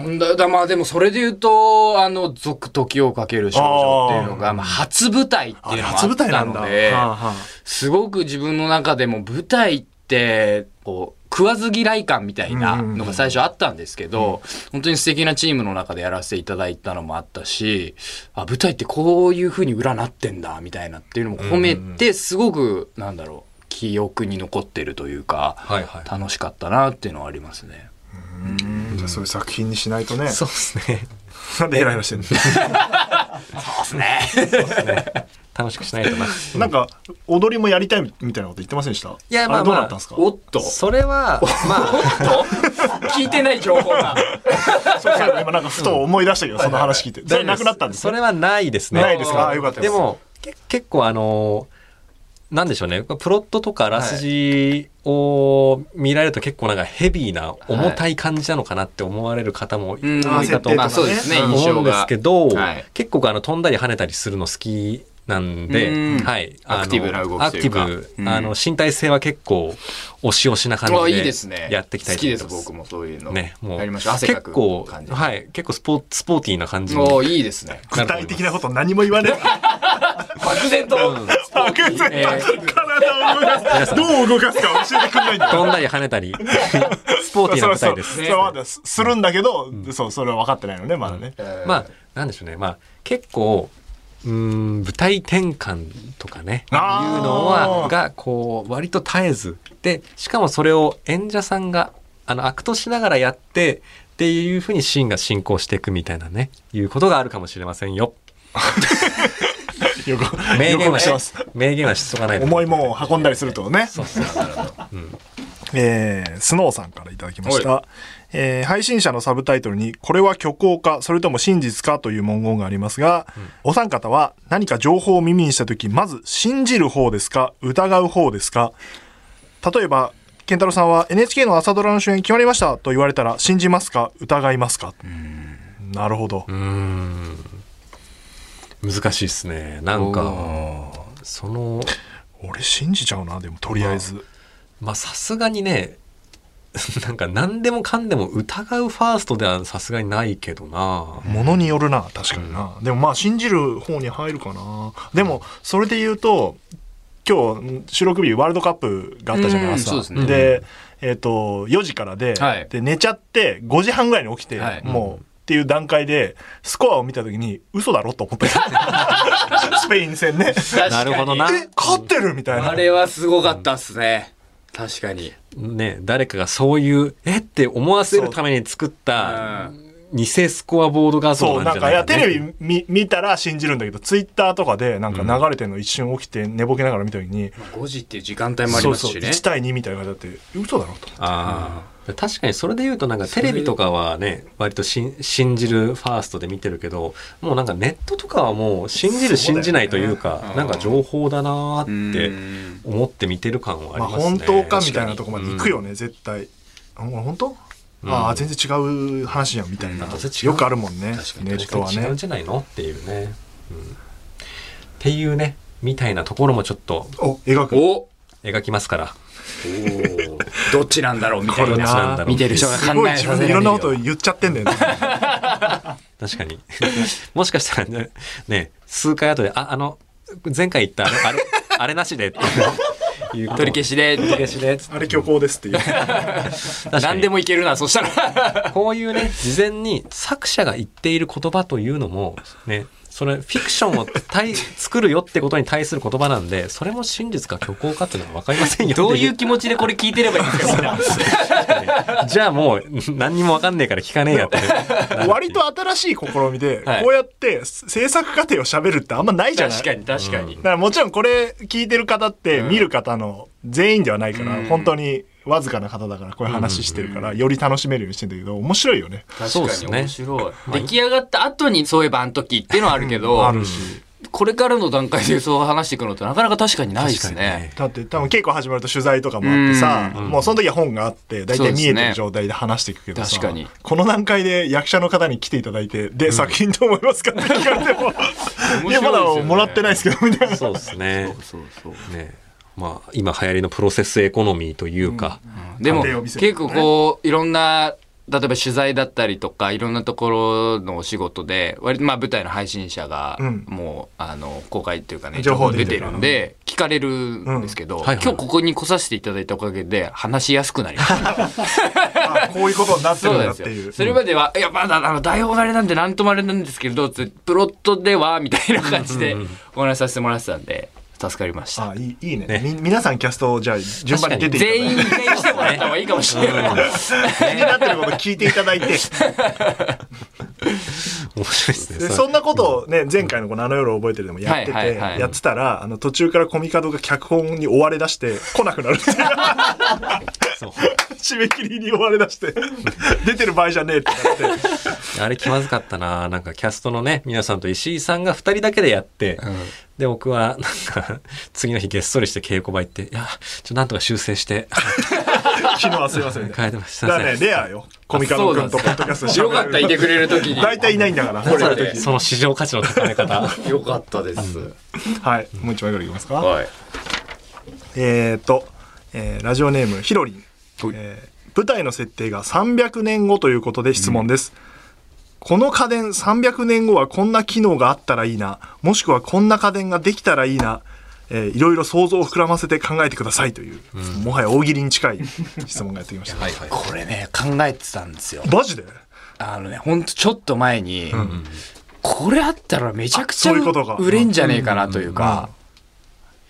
なんだ、だまあでもそれで言うと、あの、続時をかける少女っていうのが、まあ初舞台って
あ
いう
れ
のが
初
あっ
舞台な
た
んだ。
の
は
で、
あはあ
すごく自分の中でも舞台って、こう、食わず嫌い感みたいなのが最初あったんですけど、本当に素敵なチームの中でやらせていただいたのもあったし、あ、舞台ってこういう風に裏なってんだ、みたいなっていうのも褒めて、すごく、なんだろう、記憶に残ってるというか、
はいは
楽しかったなっていうのはありますね。
うんじゃあそういう作品にしないとね。
そうですね
なんでヘラヘラしてんの
そうですね。
楽しくしないとな
なんか、踊りもやりたいみたいなこと言ってませんでした
いやまあ
れどうなったんですか
おっと。
それはまあ
聞いてない情報が。
そうそう今なんかふと思い出したけど、その話聞いて。それなくなったんです
それはないですね
ないですかあよかった
でもけ結構あのなんでしょうねプロットとかあらすじを見られると結構なんかヘビーな重たい感じなのかなって思われる方も多
うん
いかと
うん
まあそうですね、
うん
印
思う
象
んです
が。
けど、
はい
結構あの飛んだり跳ねたりするの好きなん
うん
で、はい、あの
アクティブな動き
ア
と
ク
い
テ
うか
ィブ、
うん
あの身体性は結構押し押しな感
あ
じ
いい
で
ですね。
やっていきたい
好
と
き
思い
で、
ます
僕もそういうの。
ね、もう
やりましょう。汗かく
結構、
感じ。
はい、結構スポスポーティーな感じに
おーいいですね。
具体的なこと何も言わね
漠然と。
え。あ全然
え
体を動かす。どう動かすか教えてくんないんだよ。
飛んだり跳ねたり、 スポーティーな舞台です。
そうそうそうまだすするんだけど、そう、それは分かってないのね、まだね。
まあ、なんでしょうね。まあ、結構、うーん、舞台転換とかね、いうの
あー
は、が、こう、割と絶えず。で、しかもそれを演者さんが、あの、アクトしながらやって、っていうふうにシーンが進行していくみたいなね、いうことがあるかもしれませんよ。
よく、
明
よ
言
く
は
してます。
明言はしとかないで
重いもんを運んだりするとね。
ん
えースノーさんからいただきました。えー配信者のサブタイトルに、これは虚構か、それとも真実かという文言がありますが、お三方は何か情報を耳にしたとき、まず信じる方ですか、疑う方ですか、例えば、健太郎さんは NHK の朝ドラの主演決まりましたと言われたら、信じますか、疑いますか。なるほど。
うーん難しいですねなんかその
俺信じちゃうな、でもとりあえず。
まあさすがにね なんか何でもかんでも疑うファーストではさすがにないけどな、
ものによるな確かにな、でもまあ信じる方に入るかなでもそれで言うと今日収録日ワールドカップがあったじゃないですか、
うんそうですね
えっ、と4時からで,、
はい
で寝ちゃって5時半ぐらいに起きて、
はい
もうっていう段階でスコアを見た時に嘘だろと思ったスペイン戦ね
確かに
なるほどな
え勝ってるみたいな
あれはすごかったっすね。確かに。
ね、誰かがそういう、えって思わせるために作った偽スコアボード画
そ
像
う、
な
なんん
じゃ
か、
ないい
や、テ
ね
レビ見見たら信じるんだけど、ツイッターとかで、なんか流れてるの一瞬起きて寝ぼけながら見た時に、
5時っていう時間帯もあり
そ
ま
う
す
そう、
しね。
1対2みたいな感じだって、嘘だろと。
ああ、確かにそれで言うとなんかテレビとかはね割としん信じるファーストで見てるけどもうなんかネットとかはもう信じる
そうだよね
信じないというか
うん
なんか情報だなーって
うん
思って見てる感はあり
まあ、
ますね
本当かみたいなとこまで行くよね、絶対。あ本当、ああ、全然違う話やんみたいな。
うん全然違う
よくあるもんね
確か、に
ネットは
違うん
ね。
じゃないのっていうね、うんっていうねみたいなところもちょっと
お、描く。
おお
描きますから
ーどっちなんだろうみた
こ
い
れ
な。
な
なんだろう
見てる人が
す
考
ごい
え
自
さ
分
せ
でいろ
られ
ん
る
な
よ
こと言っちゃってんだよね。
確かに もしかしたらねね数回後で「ああの前回言ったあれあれあれなしで」って いう
取り消しで、
取り消しで
あれ虚構ですっていう。
確か
何
に
でもいけるな、そしたら。
こういうね、事前に作者が言っている言葉というのも、ね、それフィクションを対作るよってことに対する言葉なんで、それも真実か虚構かっていうのは分かりませんよって。
どういう気持ちでこれ聞いてればいいんですかみんな
じゃあもう何にも分かんねえから聞かねえやって。
割と新しい試みで、
はい
こうやって制作過程を喋るってあんまないじゃない
確かに、確かに
だ。からもちろんこれ聞いてる方って見る方の全員ではないから、
うん
本当にわずかな方だからこういう話してるから、より楽しめるようにしてんだけど面白いよね。
確
そうで
か
す
に
ね
面白い。出来上がった後に、そういえばあの時っていうのはあるけど、
あるし
これからの段階でそう話していくのってなかなか確かにないですね。
だって多分稽古始まると取材とかもあってさ、
うん
もうその時は本があって大体見えてる状態で話していくけどさ、
そうですね確か
この段階で役者の方に来ていただいてで、作品どう思いますかって聞かれて もいやまだもらってないですけどみたいな。
そうですね。
そうそう。
ねまあ、今流行りのプロセスエコノミーというか、
でも
家庭を見せる
結構こういろんな例えば取材だったりとかいろんなところのお仕事で割とまあ舞台の配信者が
うん
もうあの公開っていうかね
情報
出
出
て
てる
るんで聞かれるんですけ
ん
ど
はいは
今
い
日ここに来させていただいたおかげで話しやすくなりました。
あこういうことになって
そ
る
うんなん
だって
です
いう。
よ。それまでは、いや、まだ、あの、台本あれなんで、なんともあれなんですけれど、つプロットでは、みたいな感じで、お話しさせてもらってたんで、助かりました。
あいいいいね
ね
み皆さんキャストをじゃあ順番に出ていただいて
全員一回来てもらった方がいいかもしれない。
気になってること聞いていただいて
面白いですね。
で
それ
そんなことをね前回の「このあの夜を覚えてる」でもやってて、
はいはいはい
やってたらあの途中からコミカドが脚本に追われ出して来なくなるっていう
そう
締め切りに追われ出して 出てる場合じゃねえってなって
あれ気まずかったな。なんかキャストのね、皆さんと石井さんが二人だけでやって、で、僕はなんか、 次の日げっそりして稽古場行って、いや、ちょ、なんとか修正して、
昨日はすいませんね
変えてました。
だからねレアよコミカド君とポッドキャストで
よかった、いてくれるときに。
大体いないんだから
そ
これ
うですねその市場価値の高め方。
よかったです。
はいもう一枚ぐらいいきますか、
はい。
えー、と、えーラジオネームひろりん、
はい
えー舞台の設定が300年後ということで質問です、この家電300年後はこんな機能があったらいいなもしくはこんな家電ができたらいいな、えーいろいろ想像を膨らませて考えてくださいという、もはや大喜利に近 い質問がやってきました
これね、考えてたんですよ。
マジで
あのね、ほんとちょっと前に、これあったらめちゃくちゃ
あそういうことか
売れんじゃねえかなというか、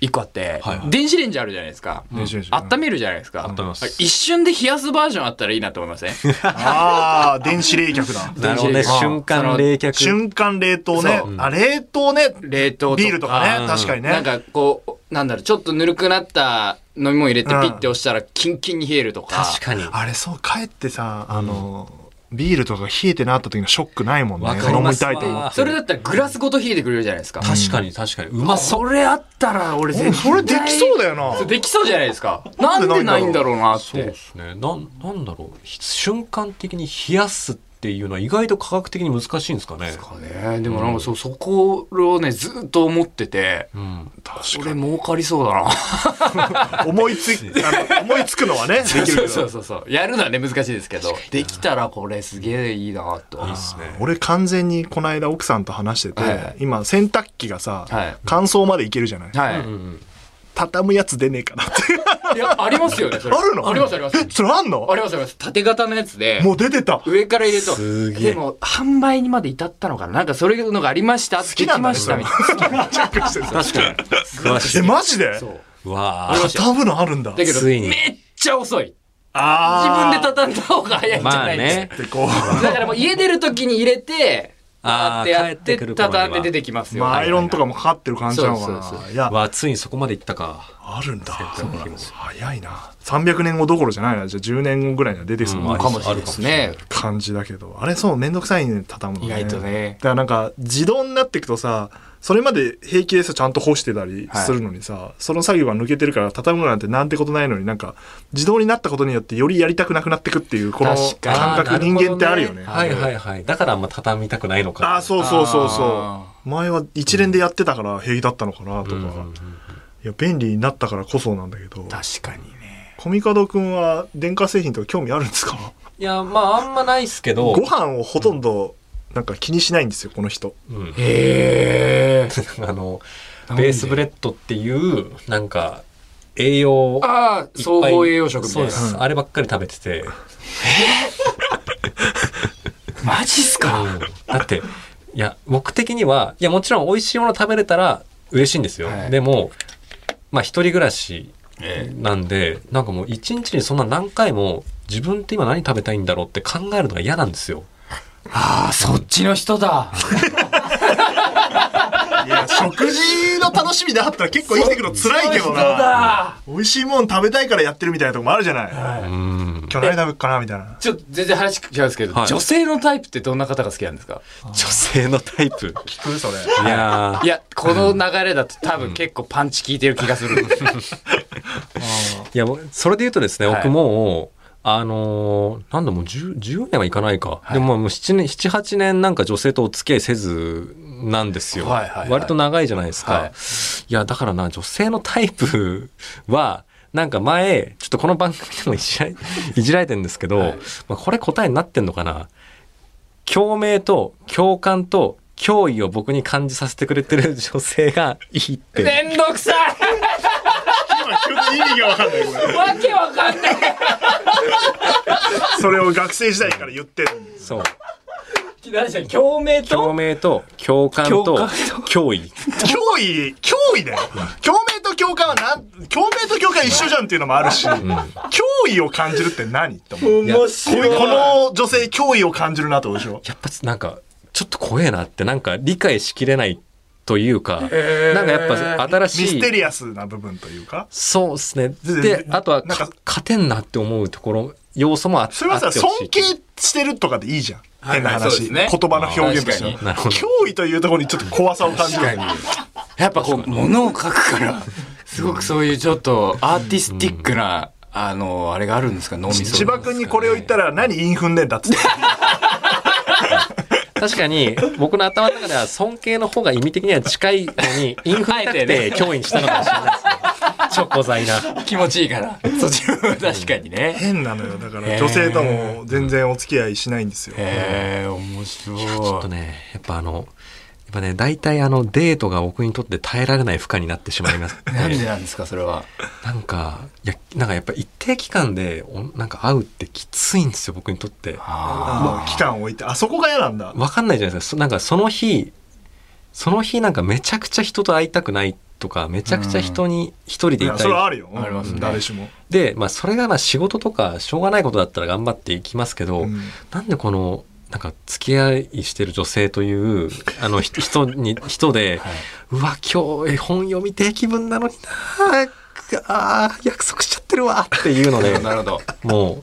一個あって
はいは、い
電子レンジあるじゃないですか。
電子レンジ
温めるじゃないですか
温めます。
一瞬で冷やすバージョンあったらいいなと思いません
ああ電子冷 却だ
なるほどね。
電子レンジ
瞬間冷却。
瞬間冷凍ね
そう
あ冷凍ね
冷凍とか。
ビールとか
う
ね
ん
確かにね
なんかこう、なんだろう、ちょっとぬるくなった飲み物入れてピ
うん
ッて押したらキンキンに冷えるとか。
確かに。
あれそう帰ってさあの、ビールとか冷えてなった時のショックないもんね
わかり
飲
ま
み
すわ
たいと思って
それだったらグラスごと冷えてくれるじゃないですか。
確かに、確かに。うまそう。
それあったら俺絶
うん
対。
それできそうだよな
そうできそうじゃないですか。なんでないんだろうなっ
そうで
て。
すね。なん、なんだろう。ひ瞬間的に冷やすっていうのは意外と科学的に難しいんですかね。
ね、でもなんかそう、そこをね、ずっと思ってて、
うん。
確
これ儲かりそうだな。
かに思いついあの 思いつくのはねできる
そう
け
そう
ど
そうそう。やるのはね、難しいですけど、できたらこれすげえいいなと。
いいっすね。
俺完全にこの間奥さんと話してて、
はいはい
今洗濯機がさ、
はい
乾燥までいけるじゃない、
は
うんう
い。
ん
畳むやつ出ねえかなって
いや、ありますよね、それ。
あるの
ありますあります。
えそれあんの
ありますあります。縦型のやつで、
もう出てた好
上から入れと。
すげえ
でも、販売にまで至ったのかななんかそういうのがありました、好
きなんだ
ま
ね
し
そ
た、
れ
み
も
たい
チェックしてる
確かに。詳し
え
い。
マジで
な。そう。
うわ
あり
あ
ました
畳むのあるんだ
だけど、
ついに
めっちちゃ遅い。自分
あ
で畳んだ方が早いんじゃ
まあ
ないですか。
ね。
でこう。
だからもう家出る時に入れて、あーってやっ
帰って
て、
くる頃には
畳んで出てきますよ。
まあ、アイロンとかもかかってる感じなのか
そうそう
な。
そ
いや、
わあついにそこまで行ったか。
あるんだ。
洗濯機も
早いな。300年後どころじゃないな。じゃあ10年後ぐらいには出てそう
う
なん
かもしれないですね。
感じだけど。あれ、そう、めんどくさいね、畳むの
意
ね。
外と。ね
だ。からなんか、自動になっていくとさ、それまで平気でさ、ちゃんと干してたりするのにさ、その作業が抜けてるから畳むなんてなんてことないのになんか、自動になったことによってよりやりたくなくなってくっていう、この
確かに
感
あー
覚、人間ってあるよね。
はいはいはい。だからあんま畳みたくないのか。
ああ、そうそうそうそ
あ
う。前は一連でやってたから平気だったのかなとか。
うんうんうん
いや、便利になったからこそなんだけど。
確かにね。
コミカドくんは電化製品とか興味あるんですか
いや、まああんまないっすけど
ご。飯をほとんどなんか気にしないんですよ、この人。
うん
へえ。
あの
なんで
ベースブレッドっていうなんか栄養
あ
いっ
あ、
ぱい
総合栄養食みた
そう
い
で
な。
す、
うん
あればっかり食べてて、
マジっすか
だっていや僕的にはいやもちろん美味しいもの食べれたら嬉しいんですよ、
はい
でもまあ一人暮らし
え
なんでなんかもう一日にそんな何回も自分って今何食べたいんだろうって考えるのが嫌なんですよ
ああ、そっちの人だ。
いや、食事の楽しみであったら結構生きてくの辛いけど
そっちの人
な。
だ。
美味しいもん食べたいからやってるみたいなとこもあるじゃない。
うん
今日何食べっかなみたいな。
ちょっと全然話違うんですけど、
はい
女性のタイプってどんな方が好きなんですか
女性のタイプ
聞くそれ。
いやー
いや、この流れだと多分結構パンチ効いてる気がする。
いや、もうそれで言うとですね、
はい
僕もう、あのーなんだもう 10, 10年はいかないか。でもまあもう7年、7、8年なんか女性とお付き合いせずなんですよ。
はいはいはい
割と長いじゃないですか。
はい
い、や、だからな、女性のタイプは、なんか前、ちょっとこの番組でもいじらいじられてるん ですけど、
はい
まあ、これ答えになってんのかな共鳴と共感と脅威を僕に感じさせてくれてる女性がいいって。
めんどくさい
意味がわかんない、これ。
わけわかんない
それを学生時代から言ってる。
そう。
何でした共鳴
共
と
鳴と共感と
共感
脅威。
脅威、脅威だよ。共鳴と共感はなん、共鳴と共感一緒じゃんっていうのもあるし、脅威を感じるって何って思う。
面
こういうこの女性脅威を感じるなってことでしょ
やっぱなんか、ちょっと怖えなって、なんか理解しきれないというか、なんかやっぱ新しい。
ミステリアスな部分というか
そうですね。
で
で、あとは
なんか
か勝てんなって思うところ、要素もあっ
それは
あ
さ
ってほ
尊
しい
敬してるとかでいいじゃん変な
はいはいそう
話、
ですね
言葉の表現として
あー確か
になるほど
脅威というところにちょっと怖さを感じる
やっぱこう物を書くからすごくそういうちょっとアーティスティックな、あのあれがあるんですか脳みそ
千葉君にこれを言ったら何インフンねんだっつって
確かに、僕の頭の中では尊敬の方が意味的には近いのに、インフレたく
あえて
て脅威にしたのかもしれない ですね。ちょこざいな。
気持ちいいからそっちも確かにね
変なのよだから女性とも全然お付き合いしないんですよ
へえ面白い
ちょっとね、やっぱあの、やっぱね、大体あの、デートが僕にとって耐えられない負荷になってしま います。
なんでなんですかそれは
なんか、いや、なんかやっぱ一定期間で、おなんか会うってきついんですよ、僕にとって。
もう期間を置いてあそこが嫌なんだ
わかんないじゃないですか。そなんかその日、その日なんかめちゃくちゃ人と会いたくないとか、めちゃくちゃ人に一人
い
でい
や
た。
それはいあるよ、
ありますね
誰しも、
で、まあそれがまあ仕事とか、しょうがないことだったら頑張っていきますけど、
うん
なんでこの、なんか付き合いしてる女性と いう、あの、ひ人に、人で、
はいう
わ、今日絵本読みてえ気分なのになあー約束しちゃってるわっていう ので、
なるほど
もう、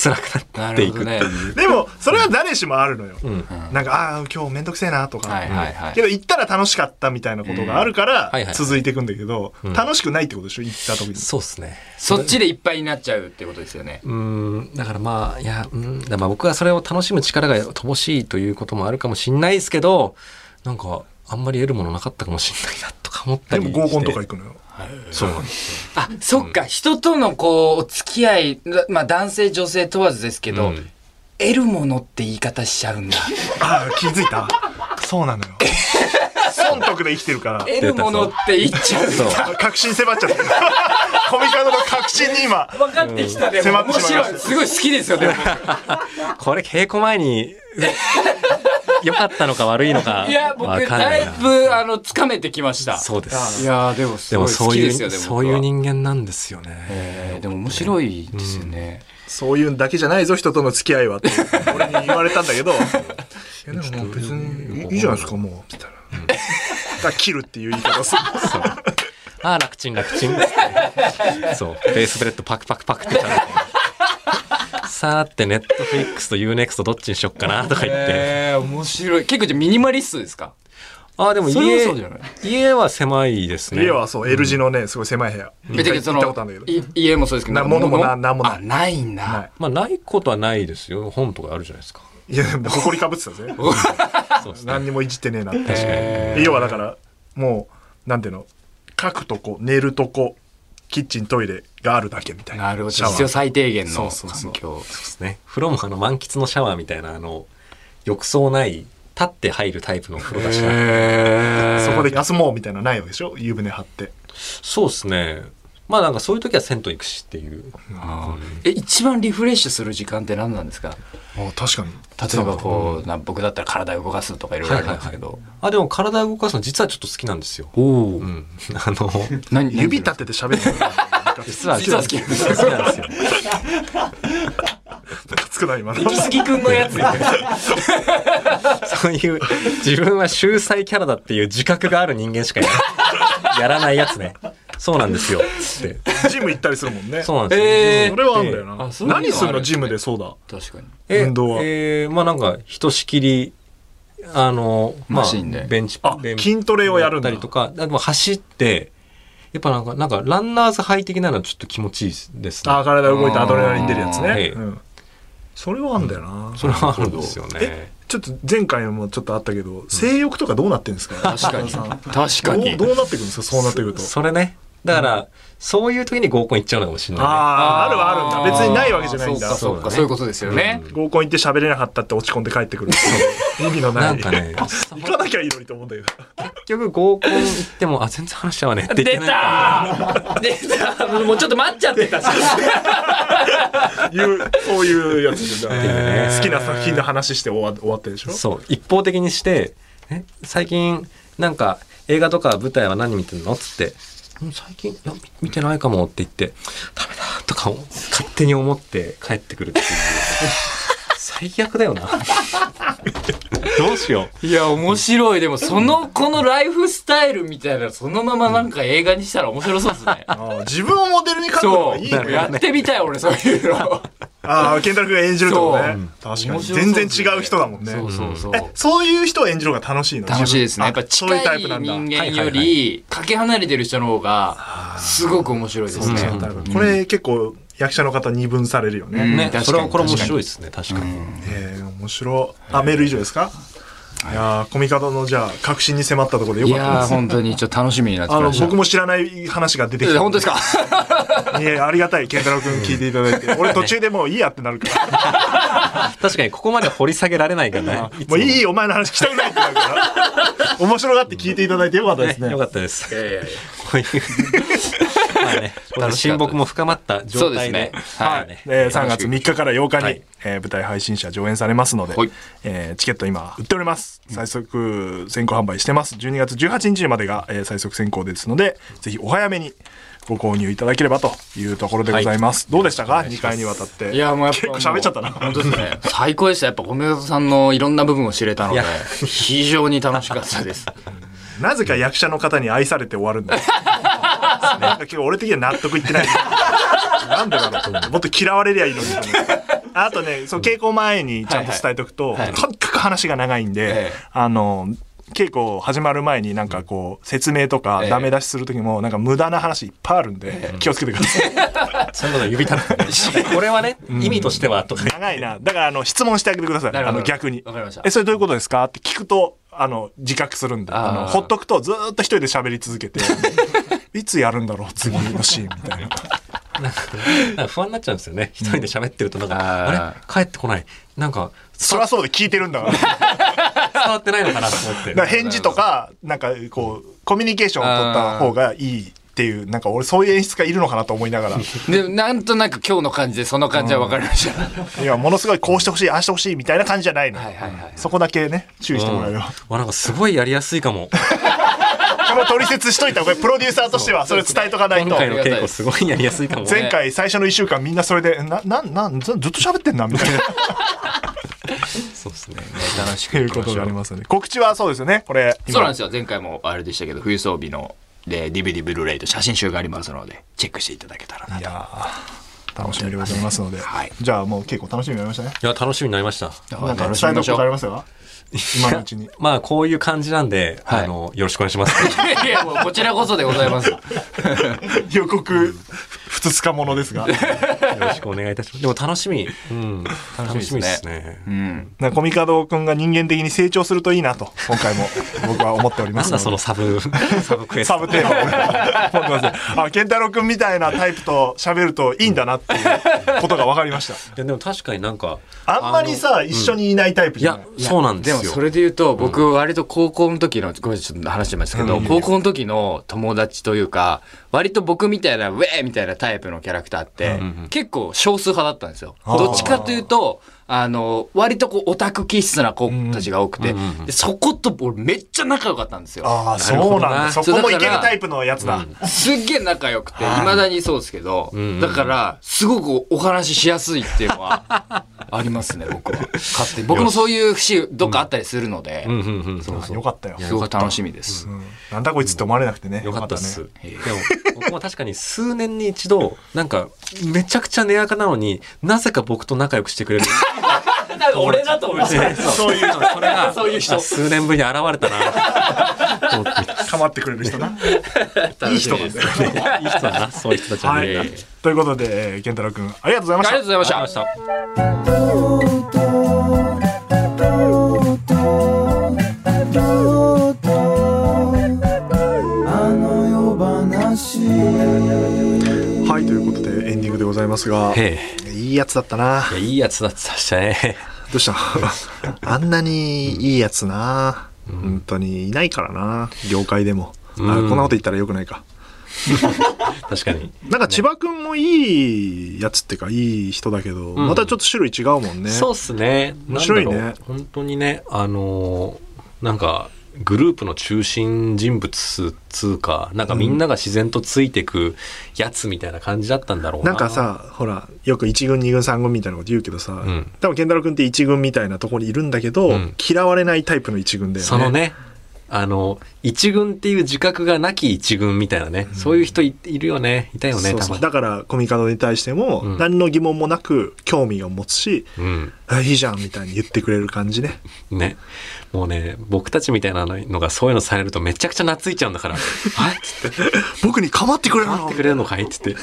辛くな
な
ってい
るほ
く。
どね
でもそれは誰しもあるのよ、
うん。
なんかああー今日めんどくせえなとか、
はいはいはい
けど行ったら楽しかったみたいなことがあるか
はいは
ら
い
続いていくんだけど、
うん
楽しくないってことでしょ行った時に。
そうですね。
そっちでいっぱいになっちゃうってことですよね
うん、だからまあ、いや、うん、だからまあ僕はそれを楽しむ力が乏しいということもあるかもしんないですけど、なんか、あんまり得るものなかったかもしんないなとか思った
で
り
も合コンとか行くのよ。
そうなんです。
あ、そっか、人とのこう、お付き合い、まあ男性女性問わずですけ
う
ど、
ん
得るものって言い方しち ゃうんだ。
ああ、気づいた。そうなのよ。損得で生きてるから。
得るものって言っちゃうんだ。
確信迫っちゃった。 コミカドの確信に今。
分かってきたね。
迫って
面
しまいま
白
し
い。
た
すごい好きですよ、でも。
これ稽古前に、良かったのか悪いのか
いや、僕、
わかん
だ
ない
い
な。
ぶ、あの、掴めてきました。
そうです
い。やーでも、す
で
ご
も
い
そ
好
う
き
い
ですよ
う、
ね、僕は
そういう人間なんですよね。
えーでも面白いですよね。
そういうんだけじゃないぞ、人との付き合いはって、俺に言われたんだけど、いや、でももう別にいいいじゃないですか、もう、って言ったら。だから切るっていう言い方をする。
ああ、楽ちん楽ちん。 そう。ベースブレッドパクパクパクってちゃん と。さあって、ネットフリックスと UNEXT どっちにしよっかなとか言って。
えー、面白い。結構じゃあミニマリストですか
ああ、でも
それは
家
そうじゃない、
家は狭いですね。
家はそう、L 字のね、すごい狭い部屋。
めちゃくちゃそ
行ったことあ
の
るんだ、けど。
い家もそうですけど、
な
なんか
物もななんもない
あ、ないんだ。
は
まあ、ないことはないですよ。本とかあるじゃないですか。
い。いや、もう埃かぶってたぜ。
そうですね。
何にもいじってねえなって。
え
要はだからもうなんていうの書くとこ寝るとこキッチントイレがあるだけみた
ー
いな
なるほど。
シャワ
必要
ー
最低限
そ
の
うそうそ
環
う
境。
ですね。風呂もあの満喫のシャワーみたいなあの浴槽ない立って入るタイプの風呂だし、
え
そこで休もうみたいなのないでしょ湯船張って
そうですね。まあなんかそういう時は銭湯行くしっていう。
え、一番リフレッシュする時間って何なんですか
あ確かに
例えばこう、な僕だったら体を動かすとかいろいろありますけど。
あでも体を動かすの実はちょっと好きなんですよ。
おお
う。ん。あの
何
指立てて喋る
実は
実は好きなんです
好きなんですよ。
つくない今の
行き過ぎくんのやつ。
そういう自分は秀才キャラだっていう自覚がある人間しかいない。やら ないやつね。そうなんですよ。つって。
ジム行ったりするもんね
そう
う
なんですよ。
え
それはあんだよな
あそういうのがあ
何
るんですね
するのジムでそうだ
確かに。
え
運動は
えーまあなんかひとしきりあの、まあ、
マシンで
ベンチ
あ
ベン
筋トレをやるんだ
ったりとかでも走ってやっぱなんかなんかランナーズハイ的なのはちょっと気持ちいいです
あ
ね
体動いてアドレナリン出るやつ
あ
ー
ねうんそれはあんだよな
それはあるんですよね
えちょっと前回もちょっとあったけど性欲とかどうなってんですか
確かに。
中
確
田さ
か
んどう
に。
どうなってくるんですかそうなってくると
それねだから、そういう時に合コン行っちゃうのかもしれない、
ああ、あるはあるんだ。別にないわけじゃないんだ。
そう
そうだ
か、そうか、
ね
そういうことですよね。
合コン行って喋れなかったって落ち込んで帰ってくる。意味の
ね、
な。
ないんかね結
行かなきゃいいのにと思うんだけど。
局合コン行ってもあ全然話しちゃわねって言って
出た出たもうちょっと待っちゃってたし。
いう、そういうやつじゃん
えー
好きな作品の話して終わ終わってでしょ
そう一方的にして「え最近なんか映画とか舞台は何見てんの?」っつって「うん最近いやみ見てないかも」って言って「ダメだ」とかを勝手に思って帰ってくるっていう 最悪だよなどうしよう
いや、面白い。でも、その、このライフスタイルみたいな、そのままなんか映画にしたら面白そうですね。
あー自分をモデルに書くの
そ
が
う。
いい
な
ね。
る
やってみたい、俺、そういうの。
ああ、健太郎君が演じるとこね。確か
面白
に。
そうです
全
ね
然違う人だもんね。
そうそうそう。
え、そういう人を演じる方が楽しいの
楽しいですね。やっ
自分
ぱ
あそういうタ
近い
イプなんだ。
人
は
間
いはい
より、かけ離れてる人の方が、すごく面白いですね。
なるほどこれ結構役者の方二分されるよね。
うん
ね
確かに
それはこれ面白いですね確かに、
えー、面白い。あ、メール以上ですか、い、やーコミカドのじゃあ、確信に迫ったところでよ
い
かった
や
で
ー、
す。
本当に、ちょっと楽しみになってき
あの、
ました。
僕も知らない話が出てき
え
た。
本当ですか
いやありがたい。健太郎くん聞いていただい て。俺途中でもういいやってなるから。
確かにここまで掘り下げられないからね
もういいお前の話聞きたくないってなるから。面白がって聞いていただいてよかったですね。
ねよかったです
いやいやいや
こういう まあねこの親睦も深まった状態で
そうですねはい
ね
えー3月3日から8日に、
はい
えー舞台配信者上演されますので、
はい
えーチケット今売っております最速先行販売してます12月18日までが、えー最速先行ですのでぜひお早めにご購入いただければというところでございます、どうでしたか2回にわたって
いやもうやっぱ
結構喋っちゃったな
本当ですね。最高でした。やっぱ、米田さんのいろんな部分を知れたので、非常に楽しかったです。
なぜか役者の方に愛されて終わ るんだよなんか結構俺的には納得いってないなんでだろうと思うもっと嫌われりゃいいのにと思うあとねその稽古前にちゃんと伝えとくと、とにかく話が長いんで、
ええ
あの稽古始まる前になんかこう説明とか
ええ
ダメ出しする時もなんか無駄な話いっぱいあるんで気をつけてください
そんなの指立ててね これはね、意味としてはとか。
長いなだからあの質問してあげてください
なる
あ
ほど
の逆に
わかりました
えそれどういうことですか?」って聞くとあの自覚するんで
あー
あのほっとくとずーっと一人で喋り続けて いつやるんだろう次のシーンみたいな
なんか不安になっちゃうんですよね。一人で喋ってるとなん
あ
か、
ー
あれ帰ってこない。なんか、
そりゃそうで聞いてるん だからだか
伝わってないのかなと思って。
ら返事とかなんかこうコミュニケーションを取った方がいいっていう、なんか俺そういう演出家いるのかなと思いな がら、
でなんとなく今日の感じでその感じは分かりました、
いや、ものすごいこうしてほしい、ああしてほしいみたいな感じじゃないの。
はいはいはい
そこだけね、注意してもらうよ。
わなんかすごいやりやすいか も
この取説しといた方がプロデューサーとしてはそれ伝えとかない
今
と。
回の稽古すごいやりやすいかも
前回最初の1週間みんなそれで、な、な、なん、ずずっと喋ってんな、みたいな。
そうですね
楽し
ということがありますので。告知はそうですよね、これ。
そうなんですよ前回もあれでしたけど冬装備ので DVD ブルーレイと写真集がありますのでチェックしていただけたらないと
やー楽しみでございますので。
はい
じゃあもう結構楽しみになりましたね。
いや楽しみになりました
なんか
楽し
伝えた
みま
こ
しょ
とあり
う
ますか今のうちに。
まあこういう感じなんで、
はい
あのよろしくお願いします
い やいやもうこちらこそでございます
予告、ふつつかものですが。
よろしくお願いいたしますでも楽しみ、うん、楽しみですね
うん
なコミカドくんが人間的に成長するといいなと、今回も僕は思っておりま
な
す
ん
の
だ
で
そのサブサブクエスト
サブテーマをね持ってます。あ、健太郎くんみたいなタイプと喋るといいんだなっていうことが分かりました。
いやでも確かになんか
あんまりさ、一緒にいないタイプ
い
じゃ
や
ない。
そうなんです
で
よ
もそれで言うと僕割と高校の時のごめんちょっと話してましたけど高校の時の友達というか割と僕みたいなウェーみたいなタイプのキャラクターって結構少数派だったんですよ。
ー
どっちかというとあの割とこうオタク気質な子たちが多くてでそこと俺めっちゃ仲良かったんですよ。
ああ、そうなんだ。
なるほど
そ
な
こもいけるタイプのやつだ。
すっげえ仲良くて、未だにそうですけど、だから、すごくお話ししやすいっていうのは、ありますね、僕は。勝手に。僕もそういう節、どっかあったりするので、
うんうんうんそう
あよかったよ。
すごく楽しみです
う。んなんだこいつって思われなくてね。
よかったです。
よね。
でも、僕も確かに数年に一度、なんか、めちゃくちゃ値垢なのに、なぜか僕と仲良くしてくれる。
俺だと思います
そういうの、それが、
そういう人
あ数年ぶりに現れたな。と思って
かまってくれる人 な。
いい人なんです。あり
いい人だな、 そういう人たちは
は
ね
い
あり。
ということで、えー健太郎くん、ありがとうございま
が
し
とう
た
ご。ざいまし
がとうござい
た
ま。した。
あの夜話
はい、ということで、エンディングでございますが、
へ
いいやつだったな。
え。いや、いいやつだったっ したね。
ど うしたあんなにいいやつな、本当にいないからな業界でも、あこんなこと言ったらよくないか
確かに。
なんか千葉君もいいやつっていうかいい人だけど、またちょっと種類違うもんね
そうっすね。
面白いね
なんだろう本当にね、あのーなんか、グループの中心人物っつうか、なんかみんなが自然とついてくやつみたいな感じだったんだろうな。
なんか、さほらよく1軍2軍3軍みたいなこと言うけどさ、
ん
多分健太郎君って1軍みたいなところにいるんだけど、
うん
嫌われないタイプの1軍だよね
そのね、あの、一軍っていう自覚がなき一軍みたいなね、そういう人いいるよね、いたよね、
そう
た
そ
ま
う
に。
だからコミカドに対しても
うん
何の疑問もなく興味を持つし、
うん。
あいいじゃんみたいに言ってくれる感じね
ね。もうね、僕たちみたいなのがそういうのされるとめちゃくちゃ懐いちゃう んだから、はいっつって、
僕に構ってくれる
待っ
の
てくれるのかいっつって。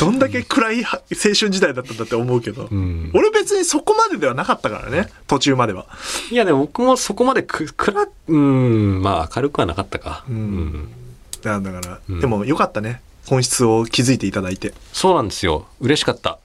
どんだけ暗いは青春時代だったんだって思うけど、
ん
俺別にそこまでではなかったからね途中までは、
いや、でも僕もそこまでく、くら、うん、まあ明るくはなかったか。うんん。
なんだから、
ん
でもよかったね本質を気づいていただいて、
そうなんですよ。嬉しかった。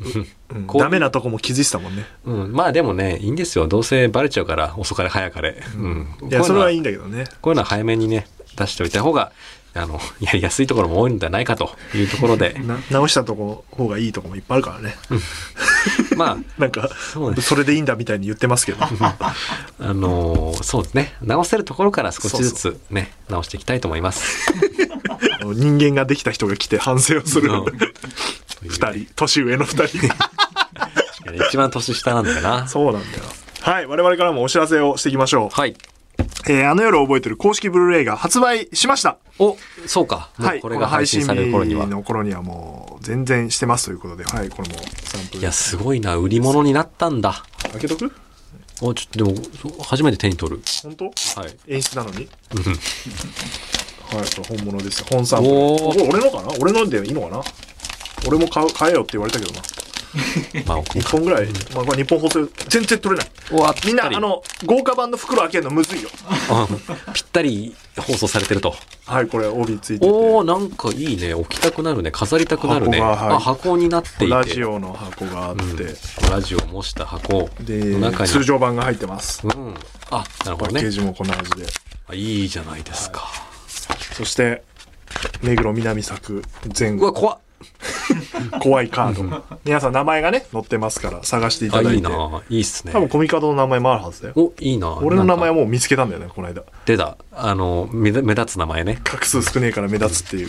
うん
こういう
ダメなとこも気づいてたもんね
うん。まあでもね、いいんですよ。どうせバレちゃうから、遅かれ早かれ。うん。
いやそれはいい
い。
んだけどね、
こういうのは早めにね、出しておいた方が、あの、 やりやすいところも多いんじゃないかというところ で
な直したとこ方がいいとこもいっぱいあるからね、
ま
なんか
う
そ
ね
れでいいんだみたいに言ってますけど
あ、あのーそうですね。直せるところから少しずつね、直していきたいと思います。
人間ができた人が来て反省をする
うん
2人年上の2人
いや一番年下なんだよな。
そうなんだよはい我々からもお知らせをしていきましょう
はい。
えーあの夜を覚えてる公式ブルーレイが発売しました。
お、そうか。も
は
う
い。
これが配信される頃には
こ。の配信日の頃にはもう全然してますということで、はい。これもサンプ
い
ル
や、すごいな。売り物になったんだ。
開けとく
お、ちょっとでも、そう初めて手に取る。
本当
はい。
演出なのにはい。これ本物です。本サンプル。
お
こ
ー
れ俺のかな俺のでいいのかな俺も買う買えよって言われたけどな。
ま あ、
1本ぐらい。まあ、これ日本放送全然取れない。
うわ
みんな、
ぴったり
あの、豪華版の袋開けるのむずいよ。
うんぴったり放送されてると。
はい、これ帯ついてて。
おー、なんかいいね。置きたくなるね。飾りたくなるね。
箱がはい
あ、箱になっていて。
ラジオの箱があって、
ラジオ模した箱の
で、
中に。
通常版が入ってます。
うん。あ、なるほ
パッ
ど
ケー
ね。
ジもこんな感じで。
あいいじゃないですか。
そして目黒南作前
うわ、怖っ。
怖いカード皆さん名前がね載ってますから探してい
あ、
ただ
い
い
い
て多
な。いいっすね。
分コミカドの名前もあるはずだよ
お、いいな。
俺の名前
も。
もう見つけたんだよねこの間
出た。あの、目立目立つ名前ね。
画数少ねえから目立つっていう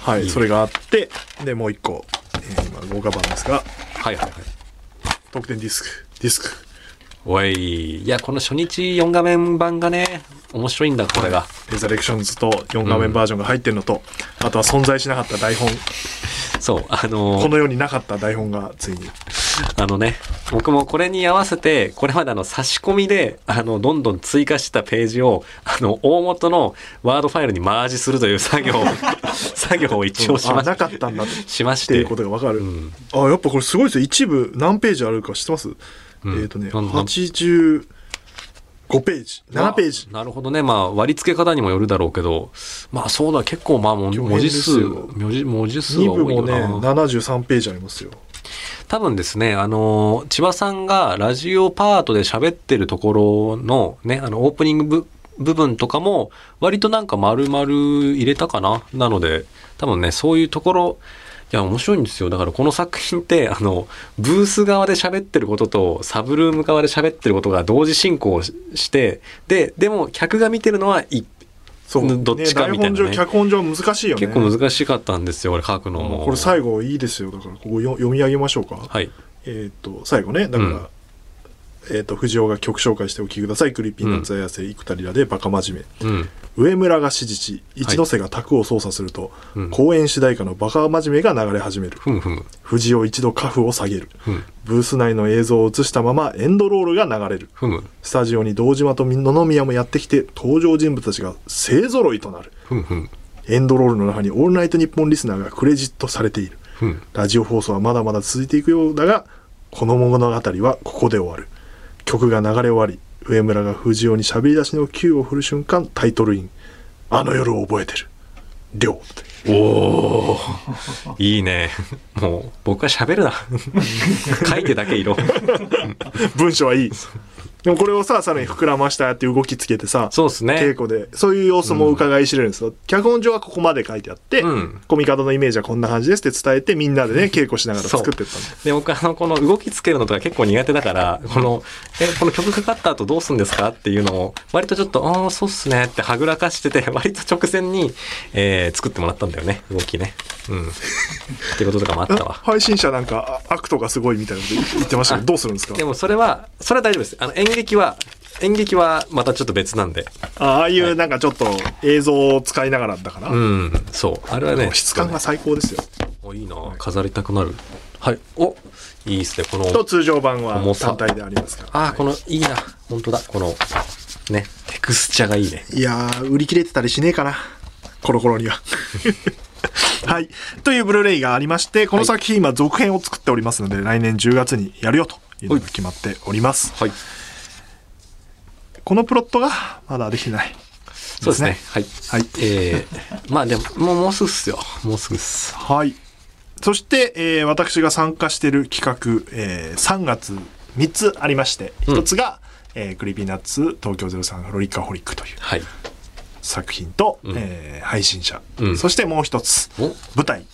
はいそれがあってでもう一個、えー今豪華版ですが
はいはいはい。
特典ディスクディスク
おい。いや、この初日4画面版がね、面白いんだ、これが。
レザレクションズと4画面バージョンが入ってるのと、あとは存在しなかった台本
そう。あのー
この世になかった台本がついに
あのね、僕もこれに合わせて、これまであの差し込みで、あの、どんどん追加したページを、あの、大元のワードファイルにマージするという 作業を、作業を一応し
あ
まし
なかったんだって
しま
っ
し
てい
て
うこ。とがわかる、あやっぱこれすごいですよ一部何ページあるか知ってます、えっ、とね
なんなん
85ページ7ページ
なるほどね。まあ、割り付け方にもよるだろうけど、まあ、そうだ、結構まあ、も文字数、
巨編ですよ
文字文字数
2
は
部
多い
も
よ
ね
な。
73ページありますよ
多分ですね、あの、千葉さんがラジオパートで喋ってるところのね、あの、オープニング部部分とかも、割となんか丸々入れたかななので、多分ね、そういうところ、いや、面白いんですよ。だからこの作品って、あの、ブース側で喋ってることと、サブルーム側で喋ってることが同時進行しして、で、でも、客が見てるのは一
そう
どっちかみたいな
台
ね
本上脚本上難しいよね
結構難しかったんですよ、俺書くのも。
これ最後いいですよだからここよ読み上げましょうか、
はい。
えっ、と最後ねだから、
うん
えっ、と藤尾が曲紹介してお聞きくださいクリーピーナッツ綾瀬生田リラでバカ真面目
うん。
上村が支持し一ノ瀬が卓を操作すると、
うん
公演主題歌のバカ真面目が流れ始める
ふむふむ。
藤尾一度カフを下げる
うん
ブース内の映像を映したままエンドロールが流れる
ふむ。
スタジオに堂島と野々宮もやってきて登場人物たちが勢ぞろいとなる
ふむふむ。
エンドロールの中に「オールナイトニッポン」リスナーがクレジットされている
ふむ。
ラジオ放送はまだまだ続いていくようだがこの物語はここで終わる曲が流れ終わり上村が藤尾に喋り出しの球を振る瞬間タイトルイン「あの夜を覚えてる」「亮」
おーいいねもう僕は喋 るな書いてだけ色
文章はいいでもこれをささらに膨らましたっていう動きつけてさ
そうです
稽
ね
古でそういう様子も伺い知れるんですよ、脚本上はここまで書いてあって、
うん
コミカドのイメージはこんな感じですって伝えてみんなでね稽古しながら
そう
作ってったの
で僕あのこの動きつけるのとか結構苦手だからこの「えこの曲かかった後どうすんですか?」っていうのを割とちょっと「ああそうっすね」ってはぐらかしてて割と直前に、えー作ってもらったんだよね動きねうんってこととかもあったわ
配信者なんかあ悪とがすごいみたいなこと言ってましたけどどうするんですか
でもそれはそれは大丈夫ですあの演劇は演劇はまたちょっと別なんで
あああいうなんかちょっと映像を使いながらだから、
うんそうあれはね
質感が最高ですよ、
おいいな飾りたくなるはいおいいですねこの
と通常版は
重さ
単体でありますから
あーこのいいな本当だこのねテクスチャがいいね
いやー売り切れてたりしねえかなコロコロには はいというブルーレイがありましてこの作品今続編を作っておりますので、来年10月にやるよというのが決まっております
はい
このプロットがまだできてない。
そうですね
です
はい、
はい。
え ー、まあでももうもうすぐっすよもうすぐっす
はい。そして、えー私が参加している企画、えー3月3つありまして、1つが、えークリーピーナッツ東京03フロリカホリックという
はい
作品と、えー配信者、
うん
そしてもう1つ、
お
舞台、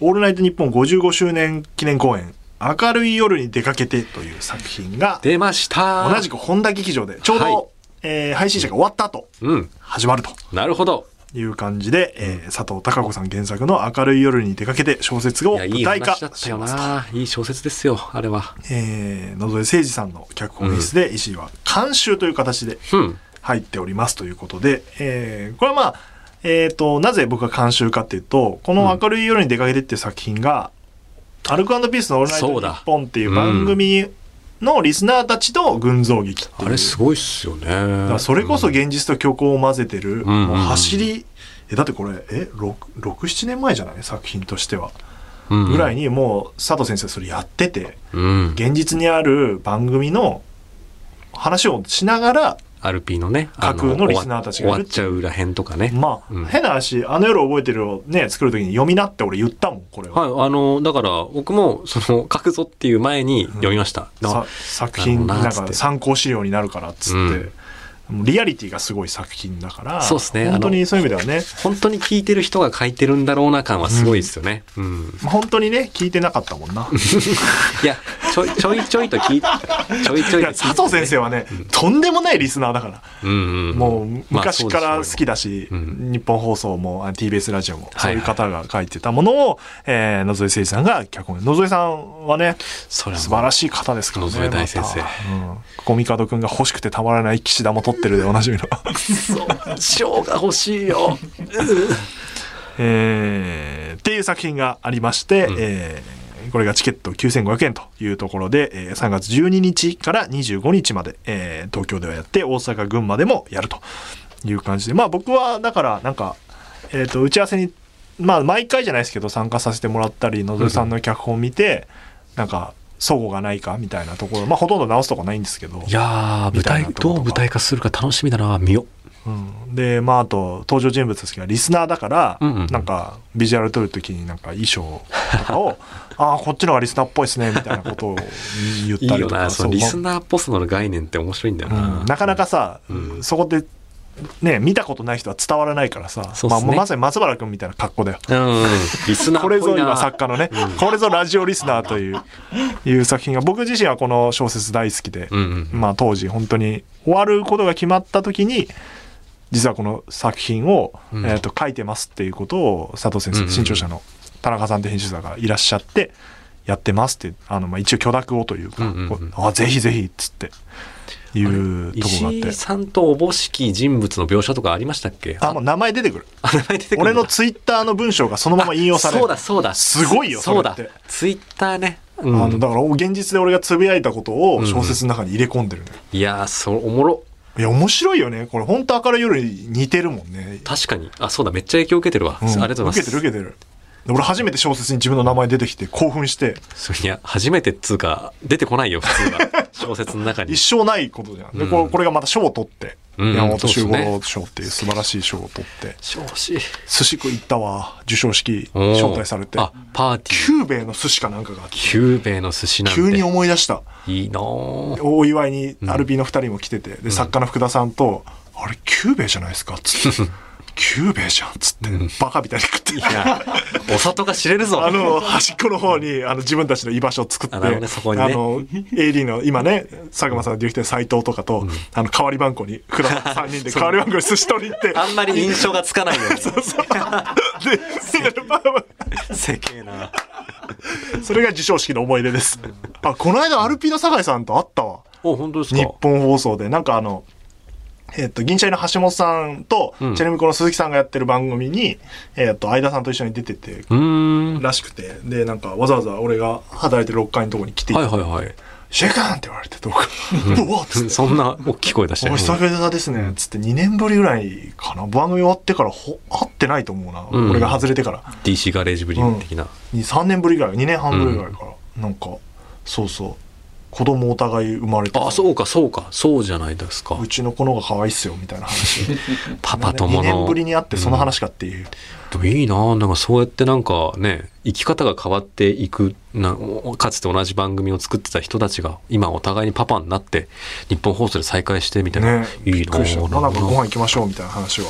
オールナイトニッポン55周年記念公演、明るい夜に出かけてという作品が、
出ました
同じく本田劇場で、ちょうど、
はい
えー配信者が終わった後、
うん
始まると。
なるほど
いう感じで、えー佐藤孝子さん原作の「明るい夜に出かけて」小説を
いやいい
舞台化
話
し
だっ
ました
よないい小説ですよあれは
えー野添誠二さんの脚本演出で、石井は監修という形で
うん
入っておりますということで、えーこれはまあ、えー、となぜ僕が監修かっていうとこの「明るい夜に出かけて」っていう作品が「アルコピースのオールナイトニ
そうだ
ッポン」っていう番組のリスナーたちの群像劇っていう
あれすごいっすよね
だからそれこそ現実と虚構を混ぜてる、
ん
もう走りえだってこれえ67年前じゃない作品としてはぐらい
い
にもう佐藤先生それやってて
うん
現実にある番組の話をしながら
RP のね
架空の
あ終わ
リスナーたちがい
終
る
わっちゃう裏辺とかね
まあ、
うん
変な話「あの夜覚えてる」をね作る時に「読みな」って俺言ったもんこれを、
はい、あの、だから、僕も、その、書くぞっていう前に読みました。だか
さ
ら
作品
なるほど
な
なんつって
か参考資料になるからっつって、
うん
もうリアリティがすごい作品だから、
そうっすね
本当にそういう意味ではね、
本当に聞いてる人が書いてるんだろうな感はすごいですよね。うん。
まあ本当にね、聞いてなかったもんな。
いや、ちょいちょいちょいと聞い、ちょいちょ
い
い
や
と聞い
佐藤先生はね、とんでもないリスナーだから。
うんうんうん。
もう
まあ
昔から好きだし、日本放送もあ TBS ラジオもそういう方が書いてたものを、えー野添誠二さんが脚本野添さんはね
それはもう
素晴らしい方ですからね
野添大先生
またうん、コミカド君が欲しくてたまらない岸田も取ってるでおなじみの
賞が欲しいよ。
えーっていう作品がありまして、えーこれがチケット9500円というところで、えー3月12日から25日まで、えー東京ではやって大阪群馬でもやるという感じでまあ僕はだからなんか、えー、と打ち合わせにまあ毎回じゃないですけど参加させてもらったり野添さんの脚本を見て、なんか齟齬がないかみたいなところまあほとんど直すとこないんですけど
い、やー、舞
みたい
台
な、ところ
どう舞台化するか楽しみだな、見よ。
うん、でまああと登場人物ですけどリスナーだから、
うんうん
なんかビジュアル撮るときになんか衣装とか をああこっちの方がリスナーっぽいですねみたいなことを言っ
いい
たり
よ
とか
な、その
う
リスナーっぽさの概念って面白いんだよ
まあ
な
うん。なかなかさ、
うん
そこでね見たことない人は伝わらないからさ、
そうっ
ますあ、
ね
もうまさに松原君みたいな格好だよ。
うん、リスナー
こ
っ
れ
ぽ
ぞ
いな
今作家のね、これぞラジオリスナーといういう作品が僕自身はこの小説大好きで、
うんうん
まあ当時本当に終わることが決まった時に実はこの作品を、
うん
えー、と書いてますっていうことを佐藤先生、
うんうん
新潮社の田中さんって編集者がいらっしゃってやってますってあの、まあ、一応許諾をというか、
うんうんうん
こうあぜひぜひっつっていうとこがあっ
石
て
井さんとおぼしき人物の描写とかありましたっけ
あもう名前出てくる
あ名前出てくるんだ
俺のツイッターの文章がそのまま引用される
そうだそうだ
すごいよ
そうだ
それって
ツイッターね、うん
あのだから現実で俺がつぶやいたことを小説の中に入れ込んでるのよ、
いやーそうおもろ
いや面白いよねこれ本当明るい夜に似てるもんね
確かにあそうだめっちゃ影響受けてるわ、
うん
ありがとうございます
受けてる受けてる俺初めて小説に自分の名前出てきて興奮して
そういや初めてっつうか出てこないよ普通 は小説の中に
一生ないことじゃん、で
うん
これこれがまた賞を取って、
うん
山本周
そうですね
五郎賞っていう素晴らしい賞を取って
少子
寿司食い行ったわ授賞式
おー
招待されて
あパーティー
久兵衛の寿司かなんかがあって
久兵衛の寿司なんて
急に思い出した
いいなー
お祝いにアルビーの二人も来てて、で作家の福田さんと「あれ久兵衛じゃないですか」っつって 「久兵衛じゃん」っつって、バカみたいに食って
いやお里が知れるぞ
あの端っこの方にあの自分たちの居場所を作って
あなるほどねそこにね
あの AD の今ね佐久間さんのディレクター斎藤とかと、あの代わり番こに福田3人で 代わり番こに寿司取り行って
あんまり印象がつかないよ ね
でみんなでバーバ
せけえな
ー それが授賞式の思い出ですあこの間アルピーの酒井さんと会ったわ
お本当ですか
日本放送でなんかあのえっと、銀シャリの橋本さんと、
うん
チェルミコの鈴木さんがやってる番組に、えっと、相田さんと一緒に出てて、
うーん
らしくて、で、なんか、わざわざ俺が働いてる6階のとこに来ていて
はいはいはい
シェイカーンって言われて、ど うか。うわっつって。
そんな大きい声出して
お久々ですね。つって2年ぶりぐらいかな。番組終わってからほ会ってないと思うな。
うん
俺が外れてから。
DC ガレージブリン的な、
に3年ぶりぐらい、2年半ぶりぐらいから。なんか、そうそう。子供お互い生まれて。
あそうかそうかそうじゃないですか
うちの子の方が可愛いっすよ、みたいな話。
パパ友
2年
の
ぶりに会ってその話かっていう。
でもいいななんかそうやってなんかね生き方が変わっていくなかつて同じ番組を作ってた人たちが今お互いにパパになって日本放送で再会してみたいな、
ね
いい
びっ
な
くりした。まあなんかご
うん
飯行きましょう、みたいな話は。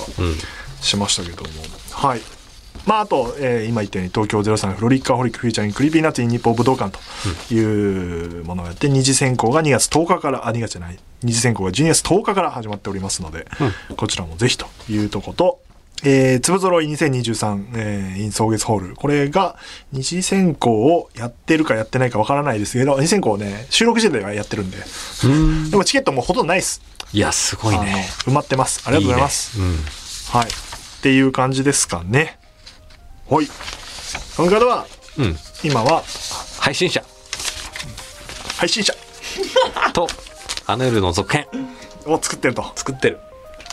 しましたけども。はい。まあ、あと、えー今言ったように東京03フロリッカーホリックフューチャーにクリーピーナッツイン日本武道館というものをやって、二次選考が2月10日から、あ、2月じゃない、二次選考が12月10日から始まっておりますので、こちらもぜひというとこと、えー、粒揃い2023、えー、in 草月ホール。これが、二次選考をやってるかやってないかわからないですけど、二次選考をね、収録時点ではやってるんで、
うん
でもチケットもうほとんどないです。
いやすごい
あの
ね
埋まってます。ありがとうございます。
いいね
はい。っていう感じですかね。はい。この方は、
うん、うん、
今は
配信者
配信者
とあの夜の続編
を作ってると
作ってる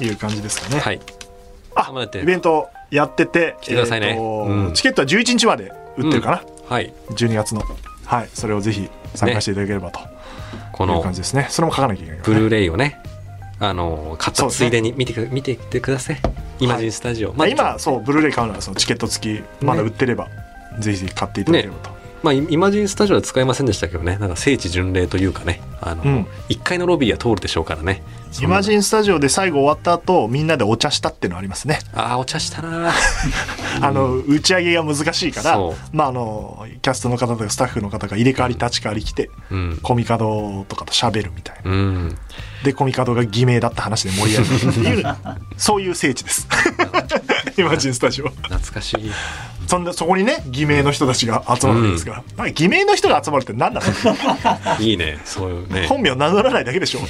いう感じですかね。
はい
あ
頑張って
イベントやってて、
来てください
え
ね
ーと
うん
チケットは11日まで売ってるかな、
はい
12月の。はい。それをぜひ参加していただければとい
こ
う
の
感じですね。それも書かなきゃいけないか
ブ
らね、
ルーレイをね、あの、買っ
そう
た
ですね
ついでに見てく、見てきてください。イマジンスタジ
ま
オ。
あ
まあ
今、そう、ブルーレイ買うならそのチケット付き、まだ売ってれば、ぜひぜひ買っていただければと
まあ、イイマジンスタジオは使いませんでしたけどねなんか聖地巡礼というかねあの、
うん
1階のロビーは通るでしょうからね
イマジンスタジオで最後終わった後みんなでお茶したっていうのありますね、
ああお茶し たなー
あの打ち上げが難しいから
そう
まああのキャストの方とかスタッフの方が入れ替わり立ち替わり来て、
うん
コミカドとかと喋るみたいな
うん
でコミカドが偽名だった話で盛り 上げるっていうそういう聖地ですイマジンスタジオ
懐かしい
そんでそこにね偽名の人たちが集まるんですから、なんか偽名の人が集まるって何 なの
いいねそういうね
本名名乗らないだけでしょ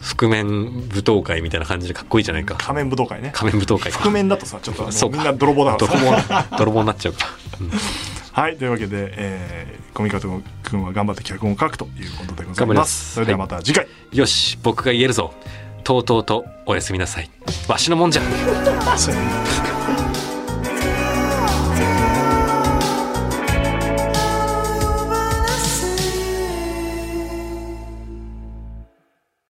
覆面舞踏会みたいな感じでかっこいいじゃないか
仮面武道会ね
仮面舞踏会か
覆面だとさちょっとあの
そうか
みんな泥棒だから
泥
さ
棒泥棒になっちゃうから、うん
はいというわけで、えー、コミカド君は頑張って脚本を書くということでござい
頑張り
ま
ますす
それではまた次回、
よし僕が言えるぞとうとうとおやすみなさいわしのもんじゃ
そうやね